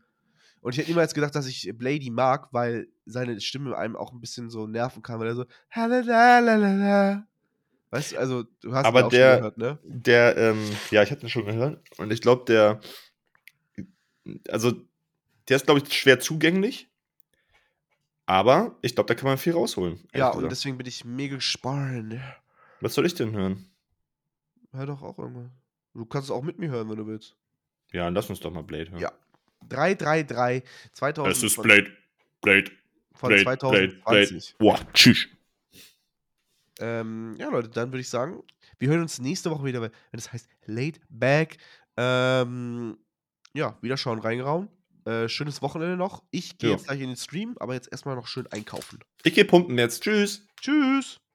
Speaker 2: Und ich hätte niemals gedacht, dass ich Blady mag, weil seine Stimme einem auch ein bisschen so nerven kann, weil er so. "Halalalala." Weißt du, also du hast ihn
Speaker 1: Aber
Speaker 2: auch
Speaker 1: der-
Speaker 2: schon gehört, ne?
Speaker 1: Der, ähm, ja, ich hatte den schon gehört. Und ich glaube, der, also, der ist, glaube ich, schwer zugänglich. Aber ich glaube, da kann man viel rausholen. ehrlich
Speaker 2: Ja, und
Speaker 1: gesagt.
Speaker 2: deswegen bin ich mega gespannt.
Speaker 1: Was soll ich denn hören?
Speaker 2: Hör doch auch irgendwann. Du kannst es auch mit mir hören, wenn du willst.
Speaker 1: Ja, lass uns doch mal Blade hören.
Speaker 2: Ja. 333 2000
Speaker 1: Es ist Blade. Blade.
Speaker 2: von,
Speaker 1: Blade.
Speaker 2: von
Speaker 1: Blade.
Speaker 2: 2020.
Speaker 1: Blade. Boah, tschüss.
Speaker 2: Ähm, ja, Leute, dann würde ich sagen, wir hören uns nächste Woche wieder, wenn das heißt Late Back. Ähm, ja, wieder schauen, reingrauen. Äh, schönes Wochenende noch. Ich gehe
Speaker 1: Ja.
Speaker 2: jetzt gleich in den Stream, aber jetzt erstmal noch schön einkaufen.
Speaker 1: Ich gehe pumpen jetzt. Tschüss.
Speaker 2: Tschüss!